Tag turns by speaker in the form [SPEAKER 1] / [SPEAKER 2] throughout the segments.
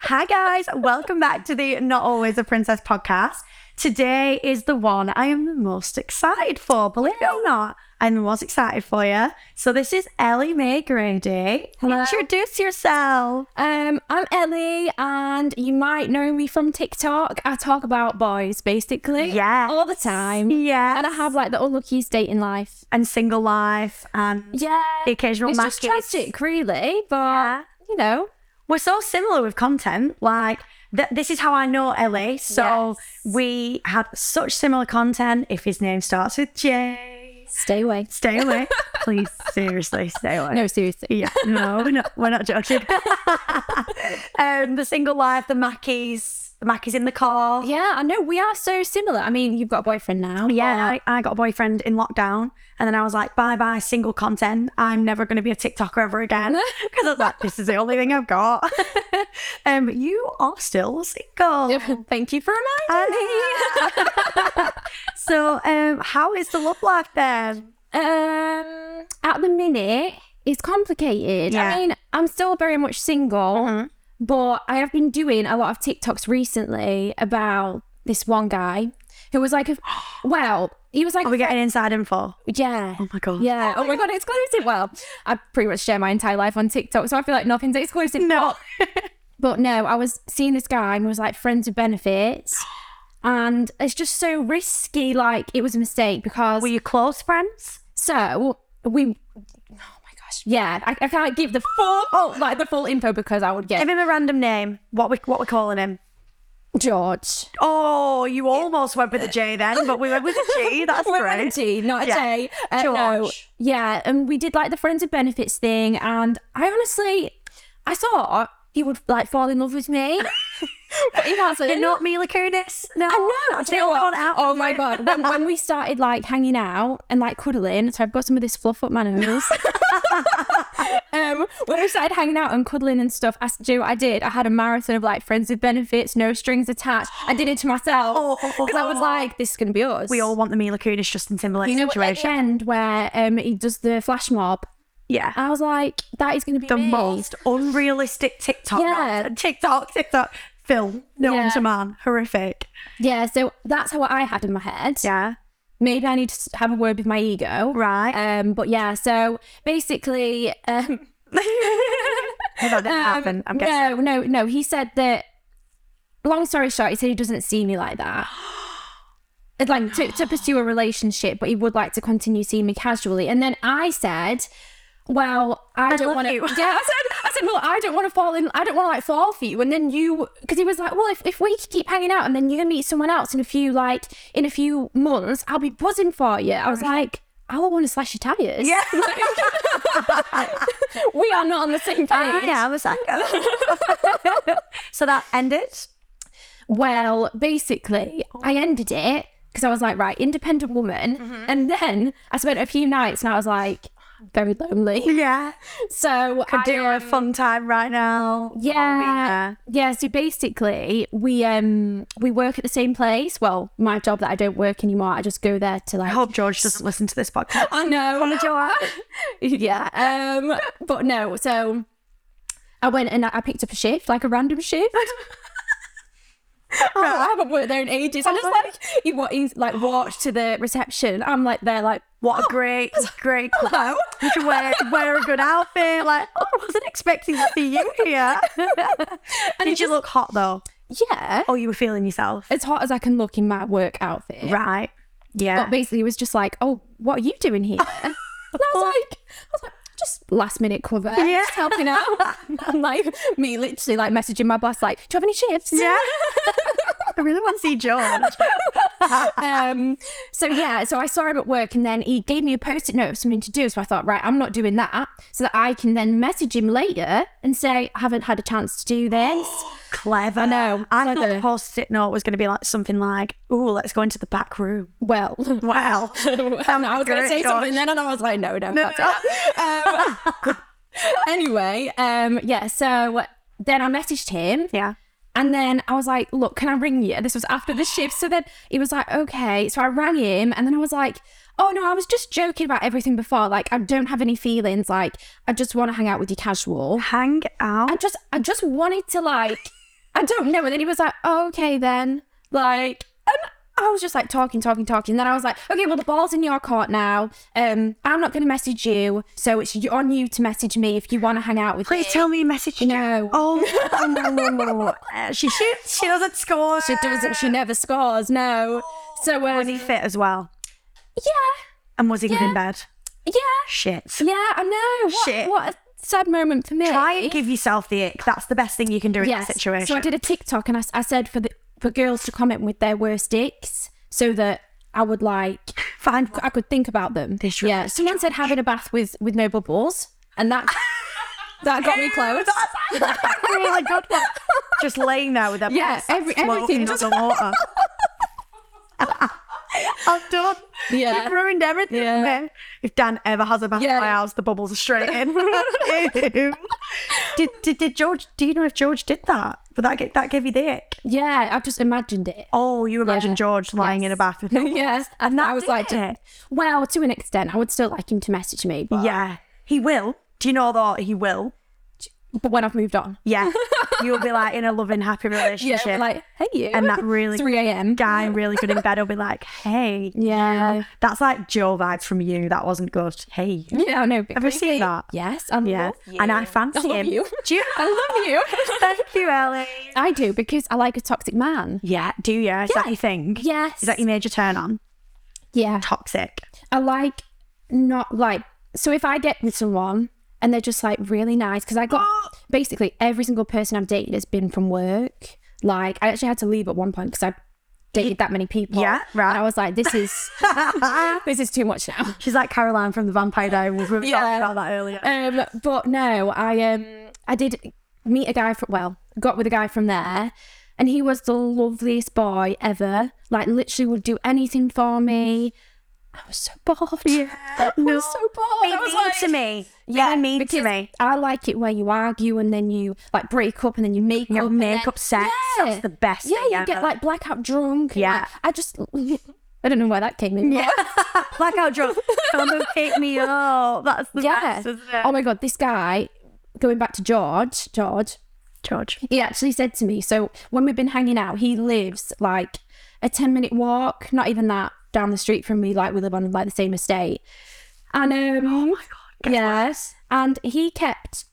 [SPEAKER 1] Hi, guys. Welcome back to the Not Always a Princess podcast. Today is the one I am the most excited for, believe it or not. I was excited for you. So, this is Ellie Mae Grady.
[SPEAKER 2] Hello.
[SPEAKER 1] Introduce yourself.
[SPEAKER 2] Um, I'm Ellie, and you might know me from TikTok. I talk about boys basically,
[SPEAKER 1] Yes.
[SPEAKER 2] all the time,
[SPEAKER 1] Yeah.
[SPEAKER 2] and I have like the unluckiest date in life.
[SPEAKER 1] and single life and
[SPEAKER 2] Yeah,
[SPEAKER 1] the occasional
[SPEAKER 2] it's just
[SPEAKER 1] matches.
[SPEAKER 2] tragic, really, but
[SPEAKER 1] Yeah.
[SPEAKER 2] you know,
[SPEAKER 1] we're so similar with content. Like th- this is how I know Ellie. So
[SPEAKER 2] Yes.
[SPEAKER 1] we had such similar content. If his name starts with J,
[SPEAKER 2] stay away.
[SPEAKER 1] stay away, please. Seriously, stay away.
[SPEAKER 2] No, seriously.
[SPEAKER 1] Yeah, no, we're not, we're not joking. um, the single life, the Mackies, the Mackies in the car.
[SPEAKER 2] Yeah, I know we are so similar. I mean, you've got a boyfriend now.
[SPEAKER 1] Yeah, I, I got a boyfriend in lockdown, and then I was like, bye bye, single content. I'm never going to be a TikToker ever again because I was like, this is the only thing I've got. um, you are still single.
[SPEAKER 2] Thank you for reminding
[SPEAKER 1] Annie. so, um, how is the love life then?
[SPEAKER 2] Um, at the minute, it's complicated.
[SPEAKER 1] Yeah. Mm-hmm.
[SPEAKER 2] I mean, I'm still very much single, but I have been doing a lot of TikToks recently about this one guy who was like, a, well, he was like,
[SPEAKER 1] Are we getting inside info?
[SPEAKER 2] yeah.
[SPEAKER 1] Oh my god.
[SPEAKER 2] Yeah. Oh my god, exclusive. Well, I pretty much share my entire life on TikTok, so I feel like nothing's exclusive.
[SPEAKER 1] No.
[SPEAKER 2] But no, I was seeing this guy and was like friends with benefits. And it's just so risky. Like it was a mistake because
[SPEAKER 1] Were you close friends?
[SPEAKER 2] so we. Oh my gosh! Yeah, I, I can't give the full oh like the full info because I would
[SPEAKER 1] Give
[SPEAKER 2] get
[SPEAKER 1] him a random name. What we what we're calling him?
[SPEAKER 2] George.
[SPEAKER 1] Oh, you almost went with a J then, but we went with a G. That's
[SPEAKER 2] We're
[SPEAKER 1] great.
[SPEAKER 2] empty, not a
[SPEAKER 1] Yeah.
[SPEAKER 2] day. Uh, no.
[SPEAKER 1] George.
[SPEAKER 2] Yeah, and we did like the friends of benefits thing, and I honestly, I thought he would like fall in love with me, but he hasn't.
[SPEAKER 1] You're not Mila Kunis. No,
[SPEAKER 2] I know.
[SPEAKER 1] I've
[SPEAKER 2] do you know what?
[SPEAKER 1] gone out.
[SPEAKER 2] Oh my god! When, when we started like hanging out and like cuddling, so I've got some of this fluff up my nose. um, when we started hanging out and cuddling and stuff, I, do you know what I did? I had a marathon of like friends with benefits, no strings attached. I did it to myself
[SPEAKER 1] Oh.
[SPEAKER 2] because I was like, this is gonna be us.
[SPEAKER 1] We all want the Mila Kunis Justin Timberlake
[SPEAKER 2] you know, at the
[SPEAKER 1] situation.
[SPEAKER 2] end where um he does the flash mob.
[SPEAKER 1] Yeah.
[SPEAKER 2] I was like, that is gonna be
[SPEAKER 1] the
[SPEAKER 2] me.
[SPEAKER 1] most unrealistic TikTok.
[SPEAKER 2] Yeah.
[SPEAKER 1] TikTok, TikTok film known
[SPEAKER 2] Yeah.
[SPEAKER 1] to man. Horrific.
[SPEAKER 2] Yeah, so that's how I had in my head.
[SPEAKER 1] Yeah.
[SPEAKER 2] Maybe I need to s- have a word with my ego.
[SPEAKER 1] Right.
[SPEAKER 2] Um, but yeah, so basically, um,
[SPEAKER 1] that didn't happen. I'm guessing.
[SPEAKER 2] no, no, no. He said that. Long story short, he said he doesn't see me like that. It's like to, to pursue a relationship, but he would like to continue seeing me casually. And then I said, "Well, I, don't
[SPEAKER 1] love
[SPEAKER 2] want to."
[SPEAKER 1] you.
[SPEAKER 2] Yeah, I said, "I said, well, I don't want to fall in. I don't want to like fall for you." And then you, because he was like, "Well, if, if we keep hanging out, and then you meet someone else in a few like in a few months, I'll be buzzing for you." I was like, "I will want to slash your tires."
[SPEAKER 1] Yeah.
[SPEAKER 2] we are not on the same page.
[SPEAKER 1] yeah, I'm a psycho. so that ended.
[SPEAKER 2] Well, basically, I ended it because I was like, right, independent woman. And then I spent a few nights and I was like, I'm very lonely.
[SPEAKER 1] Yeah.
[SPEAKER 2] So I um,
[SPEAKER 1] Do a fun time right now.
[SPEAKER 2] oh, yeah, yeah. So basically, we um we work at the same place. Well, my job that I don't work anymore. I just go there to like.
[SPEAKER 1] I hope George doesn't listen to this podcast.
[SPEAKER 2] Oh, I know. yeah. Um. But no. So I went and I I picked up a shift, like a random shift. Oh, I haven't worked there in ages. I just like he, wa- he's like walked to the reception. I'm like there, like
[SPEAKER 1] What a great, great.
[SPEAKER 2] Oh, hello.
[SPEAKER 1] You should wear, wear a good outfit. Like, oh, I wasn't expecting to see you here. Did you look hot though?
[SPEAKER 2] Yeah,
[SPEAKER 1] Oh, you were feeling yourself.
[SPEAKER 2] as hot as I can look in my work outfit.
[SPEAKER 1] Right.
[SPEAKER 2] But
[SPEAKER 1] Yeah.
[SPEAKER 2] basically, it was just like, oh, what are you doing here? and I was like, I was like, just last minute cover,
[SPEAKER 1] Yeah.
[SPEAKER 2] just helping out. and like me, literally like messaging my boss, like, do you have any shifts?
[SPEAKER 1] yeah. I really want to see George.
[SPEAKER 2] um, so yeah, so I saw him at work, and then he gave me a post-it note of something to do. So I thought, right, I'm not doing that, so that I can then message him later and say, I haven't had a chance to do this.
[SPEAKER 1] Clever. I
[SPEAKER 2] know,
[SPEAKER 1] I thought the
[SPEAKER 2] clever.
[SPEAKER 1] post-it note was going to be like something like, "Ooh, let's go into the back room."
[SPEAKER 2] well, um,
[SPEAKER 1] Wow.
[SPEAKER 2] I was going to
[SPEAKER 1] great,
[SPEAKER 2] say
[SPEAKER 1] Josh.
[SPEAKER 2] something then, and I was like, no, no, that's
[SPEAKER 1] no.
[SPEAKER 2] it. Um, anyway, um, yeah, so then I messaged him.
[SPEAKER 1] yeah.
[SPEAKER 2] And then I was like, look, can I ring you? This was after the shift. So then he was like, okay. So I rang him and then I was like, oh no, I was just joking about everything before. Like, I don't have any feelings. Like, I just want to hang out with you casual.
[SPEAKER 1] Hang out.
[SPEAKER 2] I just, I just wanted to like I don't know. And then he was like, oh, okay then. Like, and I was just like talking, talking, talking. then I was like, okay, well, the ball's in your court now. Um, I'm not going to message you. So it's y- on you to message me if you want to hang out with
[SPEAKER 1] Please
[SPEAKER 2] me.
[SPEAKER 1] tell me you messaged you.
[SPEAKER 2] No.
[SPEAKER 1] Oh, no, no, no. Uh, She, she, she doesn't score.
[SPEAKER 2] She doesn't, she never scores, no. So,
[SPEAKER 1] Was
[SPEAKER 2] um,
[SPEAKER 1] he
[SPEAKER 2] yeah,
[SPEAKER 1] fit as well?
[SPEAKER 2] yeah,
[SPEAKER 1] And was he good in bed? Shit.
[SPEAKER 2] yeah, I know. What,
[SPEAKER 1] Shit.
[SPEAKER 2] what a sad moment for me.
[SPEAKER 1] Try and give yourself the ick. That's the best thing you can do in that situation.
[SPEAKER 2] So I did a TikTok and I, s- I said for the for girls to comment with their worst dicks so that I would like
[SPEAKER 1] Fine.
[SPEAKER 2] I could think about them.
[SPEAKER 1] This
[SPEAKER 2] yeah.
[SPEAKER 1] rubbish
[SPEAKER 2] Someone said having a bath with with no bubbles, and that that got me close.
[SPEAKER 1] really good one. Just laying there with that.
[SPEAKER 2] Yeah, every- everything
[SPEAKER 1] floating on
[SPEAKER 2] just-
[SPEAKER 1] the water. I'm done.
[SPEAKER 2] Yeah.
[SPEAKER 1] You've ruined everything.
[SPEAKER 2] Yeah.
[SPEAKER 1] man. If Dan ever has a bath
[SPEAKER 2] Yeah.
[SPEAKER 1] in my house, the bubbles are straight in. Ew. did, did did George? Do you know if George did that? But that ga- that gave you the ick.
[SPEAKER 2] yeah, I've just imagined it.
[SPEAKER 1] Oh, you imagine
[SPEAKER 2] Yeah.
[SPEAKER 1] George lying in a bath with no
[SPEAKER 2] yes, and
[SPEAKER 1] that
[SPEAKER 2] I was
[SPEAKER 1] did
[SPEAKER 2] like,
[SPEAKER 1] it.
[SPEAKER 2] well, to an extent, I would still like him to message me, but,
[SPEAKER 1] Yeah, he will. Do you know though? He will.
[SPEAKER 2] but when I've moved on,
[SPEAKER 1] Yeah, you'll be like in a loving, happy
[SPEAKER 2] yeah,
[SPEAKER 1] relationship.
[SPEAKER 2] like hey you,
[SPEAKER 1] and that really
[SPEAKER 2] three a.m.
[SPEAKER 1] guy really good in bed will be like, "Hey,
[SPEAKER 2] Yeah,
[SPEAKER 1] that's like Joe vibes from you. That wasn't good. Hey,
[SPEAKER 2] yeah, no. Have
[SPEAKER 1] you seen that?
[SPEAKER 2] Yes, I
[SPEAKER 1] yeah,
[SPEAKER 2] yeah.
[SPEAKER 1] and I fancy
[SPEAKER 2] I love
[SPEAKER 1] him.
[SPEAKER 2] you.
[SPEAKER 1] Do you?
[SPEAKER 2] I love you.
[SPEAKER 1] Thank you, Ellie.
[SPEAKER 2] I do because I like a toxic man.
[SPEAKER 1] Yeah, do you? Is that your thing?
[SPEAKER 2] Yes.
[SPEAKER 1] Is that your major turn on?
[SPEAKER 2] Yeah.
[SPEAKER 1] Toxic.
[SPEAKER 2] I like not like so if I get with someone and they're just like really nice because I got basically every single person I've dated has been from work. Like I actually had to leave at one point because I dated that many people.
[SPEAKER 1] Yeah, right.
[SPEAKER 2] And I was like, this is this is too much now.
[SPEAKER 1] She's like Caroline from the Vampire Diaries. We were talking
[SPEAKER 2] Yeah.
[SPEAKER 1] about that earlier.
[SPEAKER 2] Um, but no, I um, I did meet a guy from well, got with a guy from there, and he was the loveliest boy ever. Like literally, would do anything for me. I was so bored. I was
[SPEAKER 1] no.
[SPEAKER 2] so bored.
[SPEAKER 1] Be
[SPEAKER 2] I oh, was
[SPEAKER 1] mean
[SPEAKER 2] like,
[SPEAKER 1] to me. Yeah, be mean to
[SPEAKER 2] because
[SPEAKER 1] me.
[SPEAKER 2] I like it where you argue and then you like break up and then you make
[SPEAKER 1] You
[SPEAKER 2] up.
[SPEAKER 1] have
[SPEAKER 2] and then-
[SPEAKER 1] makeup sex. That's the best
[SPEAKER 2] Yeah,
[SPEAKER 1] thing
[SPEAKER 2] you
[SPEAKER 1] ever.
[SPEAKER 2] get like blackout drunk. and,
[SPEAKER 1] Yeah.
[SPEAKER 2] like, I just I don't know where that came in. Yeah.
[SPEAKER 1] blackout drunk. Come and pick me up. That's the
[SPEAKER 2] Yeah.
[SPEAKER 1] best, isn't
[SPEAKER 2] Oh
[SPEAKER 1] it?
[SPEAKER 2] my god, this guy, going back to George, George,
[SPEAKER 1] George.
[SPEAKER 2] he actually said to me, so when we've been hanging out, he lives like a 10 minute walk, not even that, down the street from me. Like we live on like the same estate. And um, oh my God. Yes. And he kept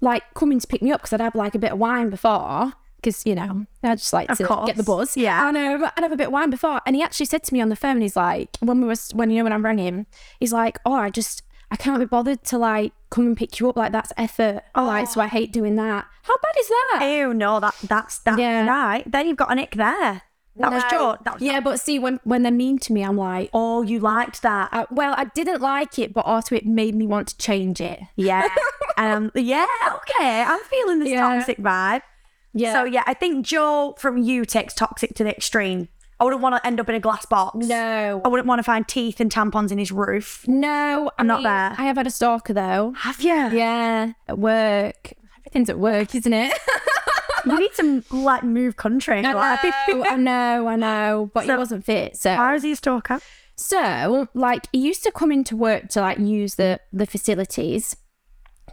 [SPEAKER 2] like coming to pick me up because I'd have like a bit of wine before. Because, you know, I just like to
[SPEAKER 1] course.
[SPEAKER 2] get the buzz.
[SPEAKER 1] Yeah.
[SPEAKER 2] And um, I'd have a bit of wine before. And he actually said to me on the phone, he's like, when we was, when, you know, when I rang him, he's like, oh, I just, I can't be bothered to like come and pick you up. Like that's effort. Like, so I hate doing that. How bad is that?
[SPEAKER 1] Ew, no, that that's that's
[SPEAKER 2] Yeah.
[SPEAKER 1] right. Then you've got an ick there. That was
[SPEAKER 2] No.
[SPEAKER 1] George. That was
[SPEAKER 2] yeah, but see, when when they're mean to me, I'm like, oh,
[SPEAKER 1] Oh, you liked that.
[SPEAKER 2] I, well, I didn't like it, but also it made me want to change it.
[SPEAKER 1] Yeah. um, yeah, okay. I'm feeling this
[SPEAKER 2] Yeah.
[SPEAKER 1] toxic vibe.
[SPEAKER 2] Yeah.
[SPEAKER 1] So yeah, I think Joe from you takes toxic to the extreme. I wouldn't want to end up in a glass box.
[SPEAKER 2] No.
[SPEAKER 1] I wouldn't want to find teeth and tampons in his roof.
[SPEAKER 2] no, I'm
[SPEAKER 1] not there.
[SPEAKER 2] I have had a stalker though.
[SPEAKER 1] Have you? Yeah.
[SPEAKER 2] Yeah, at work. Everything's at work, isn't it?
[SPEAKER 1] You need to like move country. Like,
[SPEAKER 2] Oh, I know, I know, but he wasn't fit. So,
[SPEAKER 1] How is he a stalker?
[SPEAKER 2] so like, he used to come into work to like use the the facilities.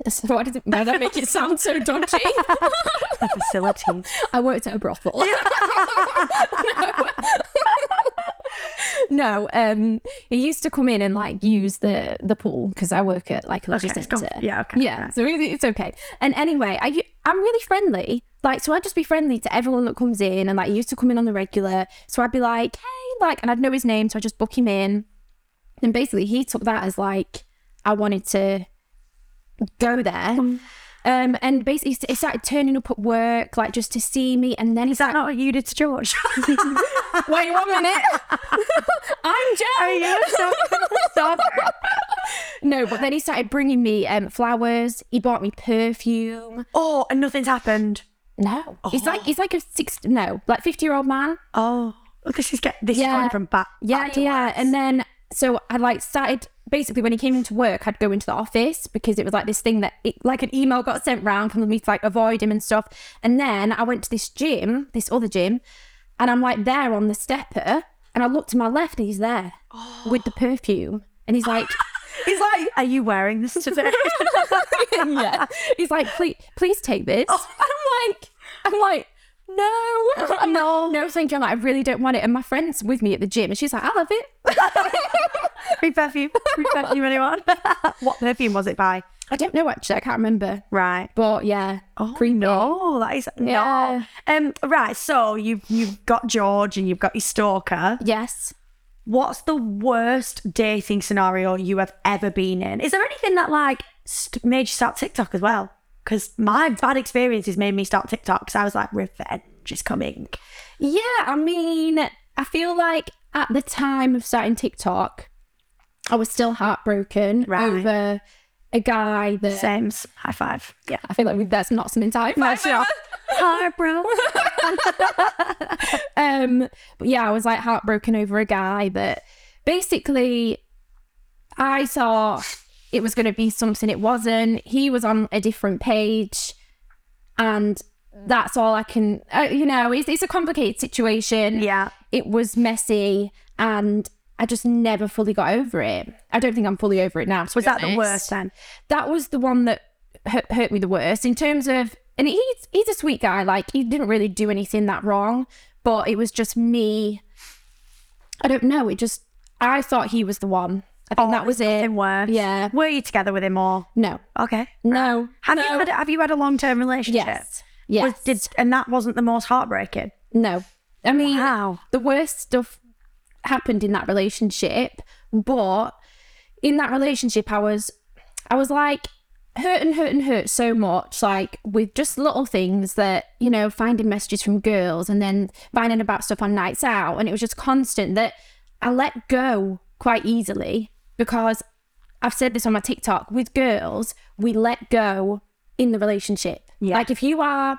[SPEAKER 2] So why does it? Why that make it sound so dodgy?
[SPEAKER 1] The facilities.
[SPEAKER 2] I worked at a brothel. no. um, he used to come in and like use the the pool because I work at like a
[SPEAKER 1] Okay,
[SPEAKER 2] logistics
[SPEAKER 1] go-
[SPEAKER 2] centre.
[SPEAKER 1] yeah, okay,
[SPEAKER 2] yeah. So it- it's okay. And anyway, I I'm really friendly. Like, so I'd just be friendly to everyone that comes in, and like he used to come in on the regular. So I'd be like, hey, like, and I'd know his name, so I would just book him in. And basically, he took that as like I wanted to go there. Um, and basically, he started turning up at work, like just to see me. And then he's
[SPEAKER 1] Is that not what you did to George?
[SPEAKER 2] Wait one minute. I'm Joe. No, but then he started bringing me um, flowers. He bought me perfume.
[SPEAKER 1] oh, and nothing's happened.
[SPEAKER 2] No, he's like he's like a six no like fifty year old man.
[SPEAKER 1] Oh, this is get this is
[SPEAKER 2] Yeah.
[SPEAKER 1] going from back.
[SPEAKER 2] Yeah, yeah. And then so I like started basically when he came into work, I'd go into the office because it was like this thing that it, like an email got sent round from me to like avoid him and stuff. And then I went to this gym, this other gym, and I'm like there on the stepper, and I look to my left, and he's there with the perfume, and he's like.
[SPEAKER 1] He's like, are you wearing this today? Oh.
[SPEAKER 2] yeah. He's like, please, please take this. I'm like, I'm like, no, I'm no, no, thank you. I'm like, I really don't want it. And my friend's with me at the gym, and she's like, I love it.
[SPEAKER 1] Free perfume. Free perfume, anyone? what perfume was it by?
[SPEAKER 2] I don't know actually. I can't remember.
[SPEAKER 1] Right.
[SPEAKER 2] But yeah, cream no.
[SPEAKER 1] Oh, that is no.
[SPEAKER 2] Yeah.
[SPEAKER 1] Um, right. So you've you've got George and you've got your stalker.
[SPEAKER 2] Yes.
[SPEAKER 1] What's the worst dating scenario you have ever been in? Is there anything that like st- made you start TikTok as well? Because my bad experiences made me start TikTok because I was like, revenge is coming.
[SPEAKER 2] Yeah, I mean, I feel like at the time of starting TikTok, I was still heartbroken
[SPEAKER 1] Right.
[SPEAKER 2] over a guy that
[SPEAKER 1] Same. High five. Yeah.
[SPEAKER 2] I feel like we- that's not something type.
[SPEAKER 1] Hi, bro.
[SPEAKER 2] um but yeah i was like heartbroken over a guy that basically i thought it was going to be something it wasn't he was on a different page and that's all i can uh, you know it's, it's a complicated situation
[SPEAKER 1] Yeah.
[SPEAKER 2] it was messy and i just never fully got over it i don't think i'm fully over it now to
[SPEAKER 1] Was
[SPEAKER 2] be
[SPEAKER 1] that the
[SPEAKER 2] honest
[SPEAKER 1] worst then?
[SPEAKER 2] that was the one that hurt, hurt me the worst in terms of and he's he's a sweet guy like he didn't really do anything that wrong but it was just me i don't know it just i thought he was the one i think that was it
[SPEAKER 1] Nothing worse.
[SPEAKER 2] Eh, yeah
[SPEAKER 1] Were you together with him or?
[SPEAKER 2] no
[SPEAKER 1] Okay.
[SPEAKER 2] no
[SPEAKER 1] Have
[SPEAKER 2] no.
[SPEAKER 1] you had have you had a long term relationship?
[SPEAKER 2] yes yes
[SPEAKER 1] Was, did, and that wasn't the most heartbreaking.
[SPEAKER 2] no i mean
[SPEAKER 1] Wow.
[SPEAKER 2] the worst stuff happened in that relationship but in that relationship i was i was like hurt and hurt and hurt so much like with just little things that you know finding messages from girls and then finding about stuff on nights out and it was just constant that i let go quite easily because i've said this on my tiktok with girls we let go in the relationship
[SPEAKER 1] Yeah.
[SPEAKER 2] like if you are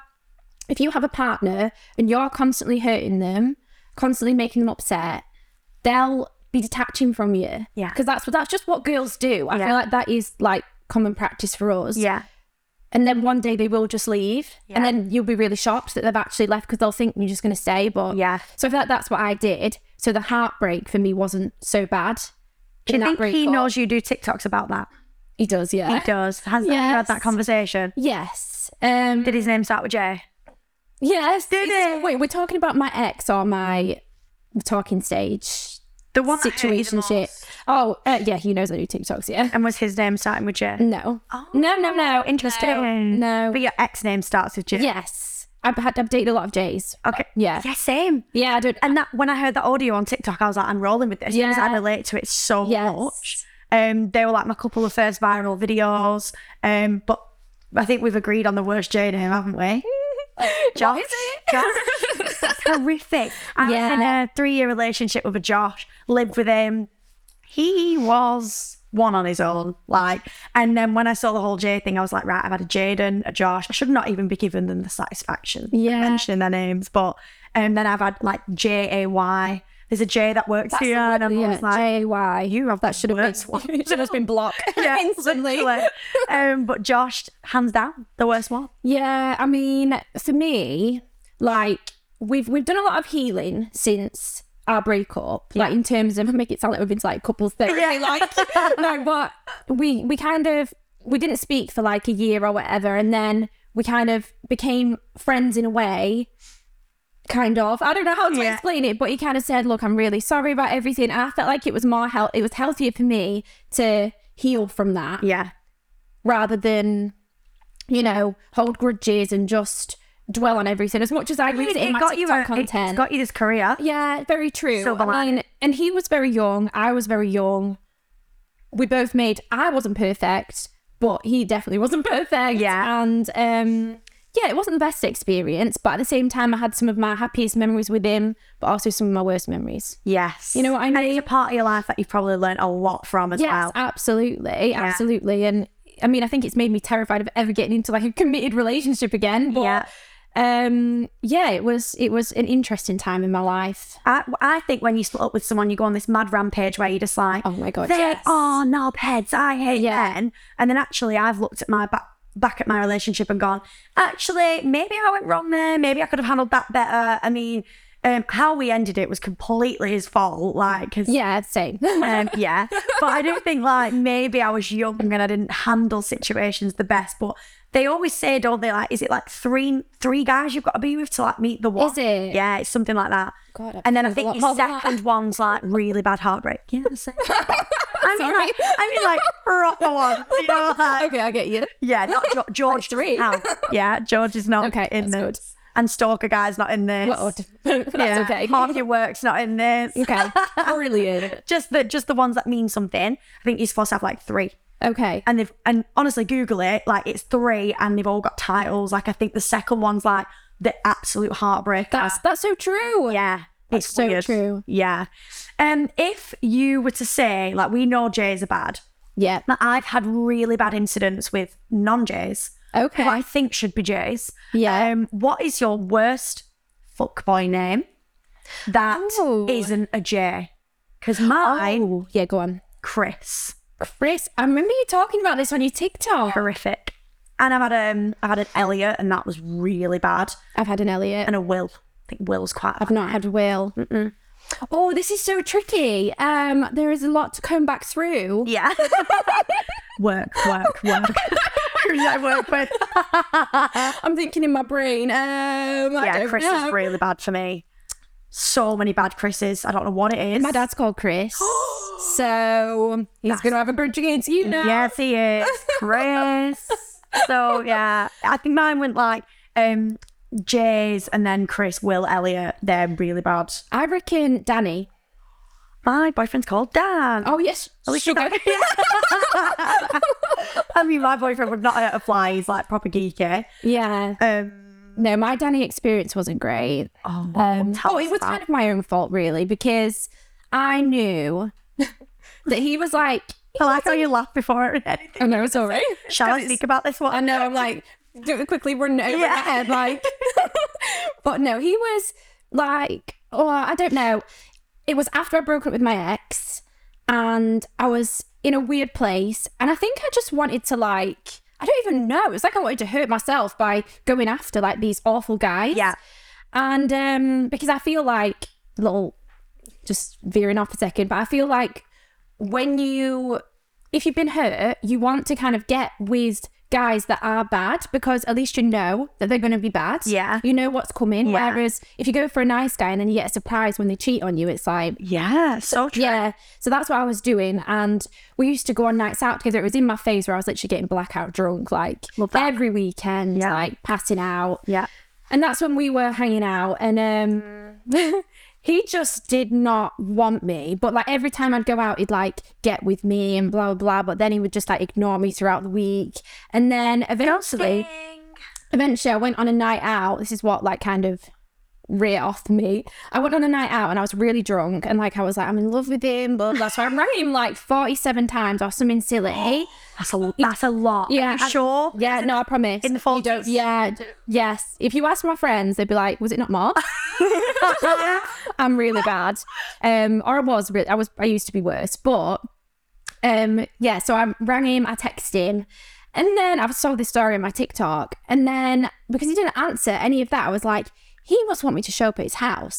[SPEAKER 2] if you have a partner and you're constantly hurting them, constantly making them upset, they'll be detaching from you.
[SPEAKER 1] Yeah.
[SPEAKER 2] Because that's what that's just what girls do. I
[SPEAKER 1] Yeah.
[SPEAKER 2] feel like that is like common practice for us.
[SPEAKER 1] Yeah.
[SPEAKER 2] And then one day they will just leave.
[SPEAKER 1] Yeah.
[SPEAKER 2] And then you'll be really shocked that they've actually left because they'll think you're just gonna stay. But
[SPEAKER 1] Yeah.
[SPEAKER 2] So I feel like that's what I did. So the heartbreak for me wasn't so bad.
[SPEAKER 1] Do you
[SPEAKER 2] in that
[SPEAKER 1] think he
[SPEAKER 2] breakup.
[SPEAKER 1] knows you do TikToks about that?
[SPEAKER 2] He does, yeah.
[SPEAKER 1] He does. Has have you had that
[SPEAKER 2] Yes.
[SPEAKER 1] conversation?
[SPEAKER 2] Yes. Um
[SPEAKER 1] Did his name start with J?
[SPEAKER 2] Yes.
[SPEAKER 1] Did
[SPEAKER 2] it's-
[SPEAKER 1] it?
[SPEAKER 2] Wait, we're talking about my ex or my talking stage
[SPEAKER 1] The one that hurt you the
[SPEAKER 2] situation shit.
[SPEAKER 1] most.
[SPEAKER 2] Oh, uh, yeah, he knows I do TikToks, yeah.
[SPEAKER 1] And was his name starting with J?
[SPEAKER 2] No. no, no, no.
[SPEAKER 1] Interesting.
[SPEAKER 2] No.
[SPEAKER 1] Oh, But your ex name starts with J.
[SPEAKER 2] Yes. I've had I've dated a lot of J's.
[SPEAKER 1] Okay.
[SPEAKER 2] Yeah.
[SPEAKER 1] Yeah, same.
[SPEAKER 2] Yeah, I don't
[SPEAKER 1] And that when I heard that audio on TikTok, I was like, I'm rolling with this because
[SPEAKER 2] Yeah.
[SPEAKER 1] I relate to it so
[SPEAKER 2] Yes.
[SPEAKER 1] much. Um, they were like my couple of first viral videos. Um, but I think we've agreed on the worst J name, haven't we? Josh. Josh. That's horrific. I was
[SPEAKER 2] Yeah.
[SPEAKER 1] in a three year relationship with a Josh, lived with him. He was one on his own. Like, and then when I saw the whole J thing, I was like, right, I've had a Jaden, a Josh. I should not even be giving them the satisfaction of
[SPEAKER 2] Yeah.
[SPEAKER 1] mentioning their names. But um, then I've had like J A Y. There's a J that works here, and I'm
[SPEAKER 2] yeah,
[SPEAKER 1] always like,
[SPEAKER 2] J Y.
[SPEAKER 1] you have
[SPEAKER 2] that should have been
[SPEAKER 1] worse one.
[SPEAKER 2] should have just been blocked
[SPEAKER 1] yeah,
[SPEAKER 2] instantly.
[SPEAKER 1] literally. um, but Josh, hands down, the worst one.
[SPEAKER 2] Yeah, I mean, for me, like we've we've done a lot of healing since our breakup. Like in terms of I make it sound like we've been to like couples therapy.
[SPEAKER 1] Yeah.
[SPEAKER 2] Like no, but we we kind of we didn't speak for like a year or whatever, and then we kind of became friends in a way. Kind of. I don't know how to
[SPEAKER 1] Yeah.
[SPEAKER 2] explain it, but he kind of said, "Look, I'm really sorry about everything." And I felt like it was more health. It was healthier for me to heal from that
[SPEAKER 1] Yeah,
[SPEAKER 2] rather than you know hold grudges and just dwell on everything as much as I read it, in my got
[SPEAKER 1] a-
[SPEAKER 2] content.
[SPEAKER 1] It got you this career.
[SPEAKER 2] yeah, very true.
[SPEAKER 1] Silver
[SPEAKER 2] I mean, and he was very young. I was very young. We both made. I wasn't perfect, but he definitely wasn't perfect.
[SPEAKER 1] Yeah.
[SPEAKER 2] and um, yeah, it wasn't the best experience. But at the same time, I had some of my happiest memories with him, but also some of my worst memories.
[SPEAKER 1] Yes.
[SPEAKER 2] You know what I
[SPEAKER 1] And it's a part of your life that you've probably learned a lot from as
[SPEAKER 2] Yes,
[SPEAKER 1] well.
[SPEAKER 2] absolutely, absolutely. And I mean, I think it's made me terrified of ever getting into like a committed relationship again. But
[SPEAKER 1] Yeah.
[SPEAKER 2] um, yeah, it was it was an interesting time in my life.
[SPEAKER 1] I, I think when you split up with someone, you go on this mad rampage where you're just like,
[SPEAKER 2] Oh my god,
[SPEAKER 1] they
[SPEAKER 2] yes.
[SPEAKER 1] are knobheads. I hate
[SPEAKER 2] Yeah.
[SPEAKER 1] men. And then actually, I've looked at my back back at my relationship and gone, actually, maybe I went wrong there. Maybe I could have handled that better. I mean, um, how we ended it was completely his fault. Like, 'cause,
[SPEAKER 2] yeah, same.
[SPEAKER 1] um, yeah. But I do think like maybe I was young and I didn't handle situations the best. But They always say, don't they? Like, is it like three three guys you've got to be with to like meet the one?
[SPEAKER 2] Is it?
[SPEAKER 1] Yeah, it's something like that.
[SPEAKER 2] God, I
[SPEAKER 1] and then I
[SPEAKER 2] prefer
[SPEAKER 1] think
[SPEAKER 2] a
[SPEAKER 1] your
[SPEAKER 2] lot more than
[SPEAKER 1] second one's like really bad heartbreak. Yeah, the same. I mean,
[SPEAKER 2] Sorry.
[SPEAKER 1] like, I mean, like proper one. You know, like,
[SPEAKER 2] okay, I get you.
[SPEAKER 1] yeah, not jo- George.
[SPEAKER 2] three.
[SPEAKER 1] Howe. Yeah, George is not
[SPEAKER 2] Okay,
[SPEAKER 1] in this.
[SPEAKER 2] that's good.
[SPEAKER 1] And Stalker guy's not in this.
[SPEAKER 2] Well, that's
[SPEAKER 1] yeah,
[SPEAKER 2] okay.
[SPEAKER 1] half your work's not in this.
[SPEAKER 2] Okay, brilliant.
[SPEAKER 1] Just the just the ones that mean something. I think you're supposed to have like three.
[SPEAKER 2] Okay,
[SPEAKER 1] And they've and honestly, Google it. Like it's three, and they've all got titles. Like I think the second one's like the absolute heartbreak.
[SPEAKER 2] that's that's so true.
[SPEAKER 1] uh, Yeah.
[SPEAKER 2] That's
[SPEAKER 1] it's
[SPEAKER 2] so
[SPEAKER 1] weird.
[SPEAKER 2] true.
[SPEAKER 1] Yeah. Um, if you were to say, like, we know Jays are bad,
[SPEAKER 2] yeah.
[SPEAKER 1] like, I've had really bad incidents with non Jays,
[SPEAKER 2] Okay.
[SPEAKER 1] who I think should be Jays.
[SPEAKER 2] Yeah.
[SPEAKER 1] Um, what is your worst fuckboy name that
[SPEAKER 2] Oh.
[SPEAKER 1] not a J? Because mine,
[SPEAKER 2] Oh, yeah. Go on,
[SPEAKER 1] Chris,
[SPEAKER 2] Chris. I remember you talking about this on your TikTok.
[SPEAKER 1] horrific. And I've had um, I've had an Elliot, and that was really bad,
[SPEAKER 2] I've had an Elliot.
[SPEAKER 1] and a Will. I think Will's quite.
[SPEAKER 2] I've not had Will. Oh, this is so tricky. Um, there is a lot to comb back through.
[SPEAKER 1] Yeah. work, work, work. Who did I work with?
[SPEAKER 2] I'm thinking in my brain. Um,
[SPEAKER 1] Yeah, Chris is really bad for me. So many bad Chris's. I don't know what it is.
[SPEAKER 2] My dad's called Chris, so he's gonna have a grudge against
[SPEAKER 1] Mm,
[SPEAKER 2] you now.
[SPEAKER 1] Yes, he is. Chris. so yeah, I think mine went like um Jay's and then Chris, Will, Elliot. They're really bad.
[SPEAKER 2] I reckon Danny.
[SPEAKER 1] My boyfriend's called Dan.
[SPEAKER 2] Oh yes, sugar.
[SPEAKER 1] I mean, my boyfriend would not hurt a fly. He's like proper geeky.
[SPEAKER 2] yeah.
[SPEAKER 1] Um,
[SPEAKER 2] No, my Danny experience wasn't great.
[SPEAKER 1] oh,
[SPEAKER 2] Um,
[SPEAKER 1] tell
[SPEAKER 2] oh,
[SPEAKER 1] us
[SPEAKER 2] it was
[SPEAKER 1] that.
[SPEAKER 2] kind of my own fault, really, because I knew that he was like,
[SPEAKER 1] I like how you laugh before anything.
[SPEAKER 2] oh no, sorry.
[SPEAKER 1] Shall I speak about this
[SPEAKER 2] I
[SPEAKER 1] one?
[SPEAKER 2] know, I'm like, do it quickly run over my
[SPEAKER 1] Yeah.
[SPEAKER 2] head. Like, but no, he was like, oh, I don't know. It was after I broke up with my ex and I was in a weird place. And I think I just wanted to, like, I don't even know. It was like I wanted to hurt myself by going after like these awful guys.
[SPEAKER 1] Yeah.
[SPEAKER 2] And um, because I feel like little just veering off a second, but I feel like when you if you've been hurt, you want to kind of get with guys that are bad because at least you know that they're going to be bad.
[SPEAKER 1] Yeah.
[SPEAKER 2] You know what's coming.
[SPEAKER 1] Yeah.
[SPEAKER 2] Whereas if you go for a nice guy and then you get a surprise when they cheat on you, it's like,
[SPEAKER 1] Yeah, so true.
[SPEAKER 2] yeah. So that's what I was doing. And we used to go on nights out together. It was in my phase where I was literally getting blackout drunk, like every weekend,
[SPEAKER 1] Yeah.
[SPEAKER 2] like passing out.
[SPEAKER 1] Yeah.
[SPEAKER 2] And that's when we were hanging out. And um, he just did not want me. But like every time I'd go out, he'd like get with me and blah, blah, blah. But then he would just like ignore me throughout the week. And then eventually, eventually I went on a night out. This is what like kind of rear off me. I went on a night out and I was really drunk and like I was like, I'm in love with him, blah, blah. So I rang him like 47 times or something silly.
[SPEAKER 1] That's a that's a lot.
[SPEAKER 2] Yeah,
[SPEAKER 1] Are you
[SPEAKER 2] I-
[SPEAKER 1] sure.
[SPEAKER 2] Yeah, no, I promise.
[SPEAKER 1] In the fall, don't.
[SPEAKER 2] Yeah, d- yes. If you ask my friends, they'd be like, "Was it not Mark?" I'm really bad, um, or I was. Re- I was. I used to be worse, but um, yeah. So I rang him. I texted him, and then I saw this story on my TikTok, and then because he didn't answer any of that, I was like, "He must want me to show up at his house.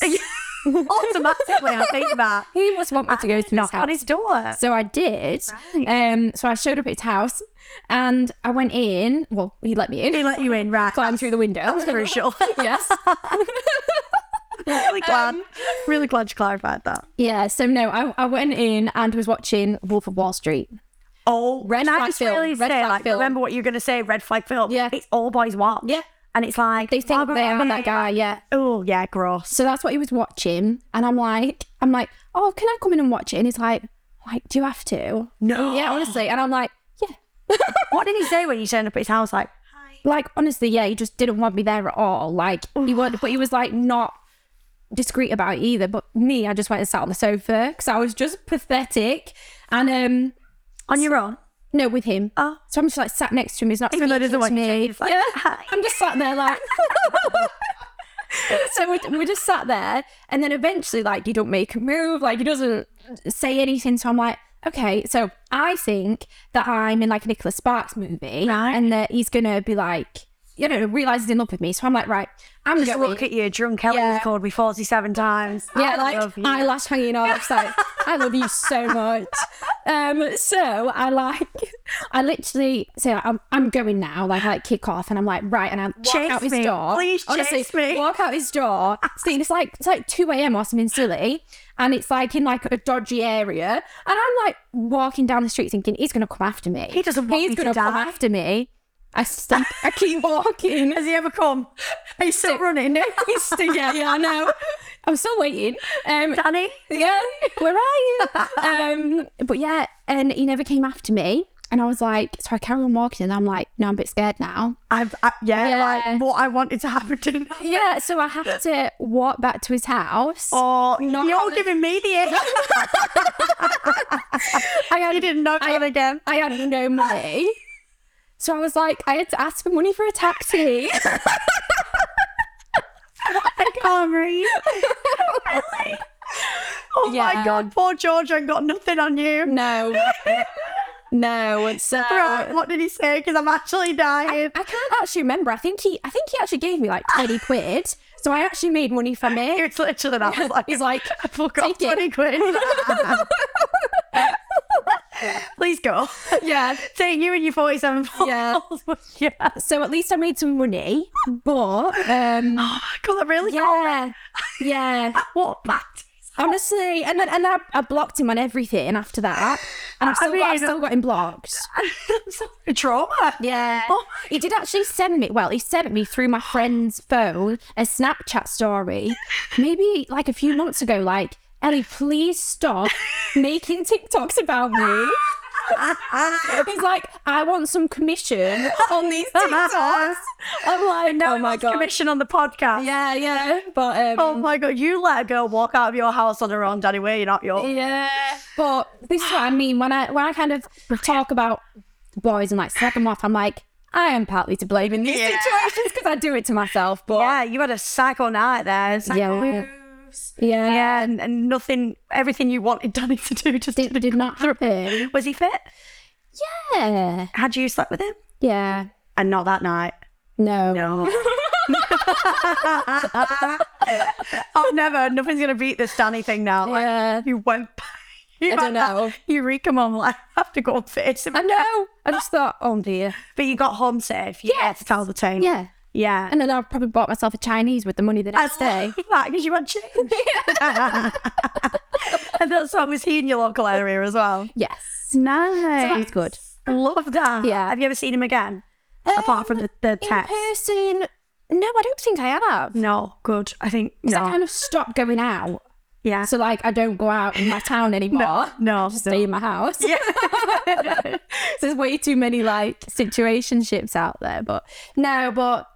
[SPEAKER 1] Automatically, I think that.
[SPEAKER 2] he must want me to go to his
[SPEAKER 1] Knock
[SPEAKER 2] house."
[SPEAKER 1] on his door.
[SPEAKER 2] So I did. Um, so I showed up at his house, and I went in. Well, he let me in.
[SPEAKER 1] He let you in, right?
[SPEAKER 2] Climbed through the window.
[SPEAKER 1] Crucial.
[SPEAKER 2] yes.
[SPEAKER 1] really glad. really glad you clarified that.
[SPEAKER 2] Yeah. So no, I, I went in and was watching Wolf of Wall Street.
[SPEAKER 1] Oh,
[SPEAKER 2] Red
[SPEAKER 1] can I
[SPEAKER 2] flag
[SPEAKER 1] just
[SPEAKER 2] film,
[SPEAKER 1] really
[SPEAKER 2] red
[SPEAKER 1] say,
[SPEAKER 2] flag
[SPEAKER 1] like,
[SPEAKER 2] film.
[SPEAKER 1] remember what you were going to say? Red flag film.
[SPEAKER 2] Yeah.
[SPEAKER 1] it's all boys watch.
[SPEAKER 2] Yeah.
[SPEAKER 1] and it's like
[SPEAKER 2] They think
[SPEAKER 1] Barbara
[SPEAKER 2] they are
[SPEAKER 1] Ray.
[SPEAKER 2] that guy. Yeah.
[SPEAKER 1] Oh yeah, gross.
[SPEAKER 2] So that's what he was watching, and I'm like, I'm like, oh, can I come in and watch it? And he's like, like, do you have to?
[SPEAKER 1] No.
[SPEAKER 2] Yeah, honestly. And I'm like, yeah.
[SPEAKER 1] What did he say when you turned up at his house? Like,
[SPEAKER 2] Like honestly, yeah, he just didn't want me there at all. Like he was, but he was like not discreet about it either. But me, I just went and sat on the sofa because I was just pathetic. And um,
[SPEAKER 1] on your own.
[SPEAKER 2] no, with him.
[SPEAKER 1] Oh.
[SPEAKER 2] So I'm just like sat next to him. He's not
[SPEAKER 1] Even though he
[SPEAKER 2] speaking
[SPEAKER 1] doesn't want
[SPEAKER 2] to
[SPEAKER 1] you to,
[SPEAKER 2] me.
[SPEAKER 1] he's like,
[SPEAKER 2] yeah.
[SPEAKER 1] "Hi."
[SPEAKER 2] I'm just sat there like. so we, we just sat there, and then eventually, like, he don't make a move, like he doesn't say anything. So I'm like, okay. So I think that I'm in like a Nicholas Sparks movie,
[SPEAKER 1] Right.
[SPEAKER 2] and that he's gonna be like, you know, realize he's in love with me. So I'm like, right, I'm
[SPEAKER 1] Just
[SPEAKER 2] going.
[SPEAKER 1] look at you, drunk. Ellen
[SPEAKER 2] Yeah.
[SPEAKER 1] called me forty-seven times.
[SPEAKER 2] Yeah,
[SPEAKER 1] I
[SPEAKER 2] like
[SPEAKER 1] love you.
[SPEAKER 2] eyelash hanging off. It's like, I love you so much. Um, so I like, I literally say, like, I'm, I'm going now, like, I like, kick off, and I'm like, right, and I walk
[SPEAKER 1] Chase
[SPEAKER 2] out his
[SPEAKER 1] me.
[SPEAKER 2] door.
[SPEAKER 1] Please
[SPEAKER 2] Honestly,
[SPEAKER 1] chase me.
[SPEAKER 2] Walk out his door. See, it's like it's like 2 a.m. or something silly, and it's like in like a dodgy area, and I'm like walking down the street thinking he's gonna come after me.
[SPEAKER 1] He doesn't want
[SPEAKER 2] he's
[SPEAKER 1] me to
[SPEAKER 2] gonna come
[SPEAKER 1] die.
[SPEAKER 2] after me. I stop. I keep walking.
[SPEAKER 1] Has he ever come? Are you still running?
[SPEAKER 2] He's still- yeah, yeah, I know. I'm still waiting. Um,
[SPEAKER 1] Danny?
[SPEAKER 2] yeah, where are you? um, but yeah, and he never came after me. And I was like, so I carry on walking, and I'm like, no, I'm a bit scared now.
[SPEAKER 1] I've, I, yeah,
[SPEAKER 2] Yeah.
[SPEAKER 1] like what I wanted to happen didn't happen.
[SPEAKER 2] Yeah, so I have to walk back to his house.
[SPEAKER 1] Or
[SPEAKER 2] Not-
[SPEAKER 1] you're giving me the ick.
[SPEAKER 2] I had,
[SPEAKER 1] you didn't know
[SPEAKER 2] I-
[SPEAKER 1] that again.
[SPEAKER 2] I had no money. So I was like, I had to ask for money for a taxi.
[SPEAKER 1] I can't breathe. Oh
[SPEAKER 2] Yeah.
[SPEAKER 1] my god, poor George ain't got nothing on you.
[SPEAKER 2] no. No. And so
[SPEAKER 1] Right, what did he say? Because I'm actually dying.
[SPEAKER 2] I can't actually remember. I think he I think he actually gave me like 20 quid. So I actually made money for me.
[SPEAKER 1] it's literally that. I was like,
[SPEAKER 2] He's like,
[SPEAKER 1] I forgot
[SPEAKER 2] "Take it."
[SPEAKER 1] 20 quid. Please go.
[SPEAKER 2] yeah.
[SPEAKER 1] Take you and your 47
[SPEAKER 2] Yeah.
[SPEAKER 1] bottles. yeah. Oh
[SPEAKER 2] So at least I made some money. But um
[SPEAKER 1] my god, I really can't.
[SPEAKER 2] yeah. Yeah.
[SPEAKER 1] What that?
[SPEAKER 2] Honestly. And then and then I, I blocked him on everything after that. And I've
[SPEAKER 1] I
[SPEAKER 2] still, got, I've
[SPEAKER 1] mean-
[SPEAKER 2] still got him blocked.
[SPEAKER 1] I'm so trauma.
[SPEAKER 2] Yeah.
[SPEAKER 1] Oh
[SPEAKER 2] He did actually send me, well, he sent me through my friend's phone a Snapchat story, maybe like a few months ago, like, Ellie, please stop making TikToks about me. He's like, I want some commission on these TikToks. I'm like, no, oh my God.
[SPEAKER 1] Commission on the podcast.
[SPEAKER 2] Yeah, yeah. But, um,
[SPEAKER 1] Oh my god, you let a girl walk out of your house on her own, Danny. Where you're not your.
[SPEAKER 2] Yeah, but this is what I mean when I when I kind of talk about boys and like slag them off. I'm like, I am partly to blame in these
[SPEAKER 1] Yeah.
[SPEAKER 2] situations because I do it to myself. But
[SPEAKER 1] Yeah, you had a psycho night there. Psycho
[SPEAKER 2] Yeah, we-
[SPEAKER 1] moves.
[SPEAKER 2] yeah,
[SPEAKER 1] Yeah, and, and nothing, everything you wanted Danny to do just
[SPEAKER 2] Did,
[SPEAKER 1] didn't.
[SPEAKER 2] did not happen.
[SPEAKER 1] Was he fit?
[SPEAKER 2] Yeah,
[SPEAKER 1] Had you slept with him?
[SPEAKER 2] yeah.
[SPEAKER 1] And not that night.
[SPEAKER 2] No.
[SPEAKER 1] No. oh, never. Nothing's gonna beat this Danny thing now. Like,
[SPEAKER 2] Yeah.
[SPEAKER 1] you went. You
[SPEAKER 2] I
[SPEAKER 1] had
[SPEAKER 2] don't
[SPEAKER 1] that
[SPEAKER 2] know.
[SPEAKER 1] Eureka moment. Like, I have to go and face him.
[SPEAKER 2] I know. I just thought, oh dear.
[SPEAKER 1] But you got home safe. Yeah,
[SPEAKER 2] Yes.
[SPEAKER 1] to tell the team.
[SPEAKER 2] Yeah.
[SPEAKER 1] yeah.
[SPEAKER 2] And then I probably bought myself a Chinese with the money the next
[SPEAKER 1] I
[SPEAKER 2] day.
[SPEAKER 1] love that because you had change. and that's what was he in your local area as well.
[SPEAKER 2] Yes.
[SPEAKER 1] Nice.
[SPEAKER 2] That's good.
[SPEAKER 1] Love that.
[SPEAKER 2] Yeah. Um,
[SPEAKER 1] Have you ever seen him again? Apart from the, the
[SPEAKER 2] In
[SPEAKER 1] text.
[SPEAKER 2] person, no, I don't think I have.
[SPEAKER 1] No, good. I think no.
[SPEAKER 2] I kind of stopped going out.
[SPEAKER 1] yeah.
[SPEAKER 2] So like I don't go out in my town anymore.
[SPEAKER 1] no,
[SPEAKER 2] I just stay in my house.
[SPEAKER 1] Yeah.
[SPEAKER 2] There's way too many like situationships out there. But no, but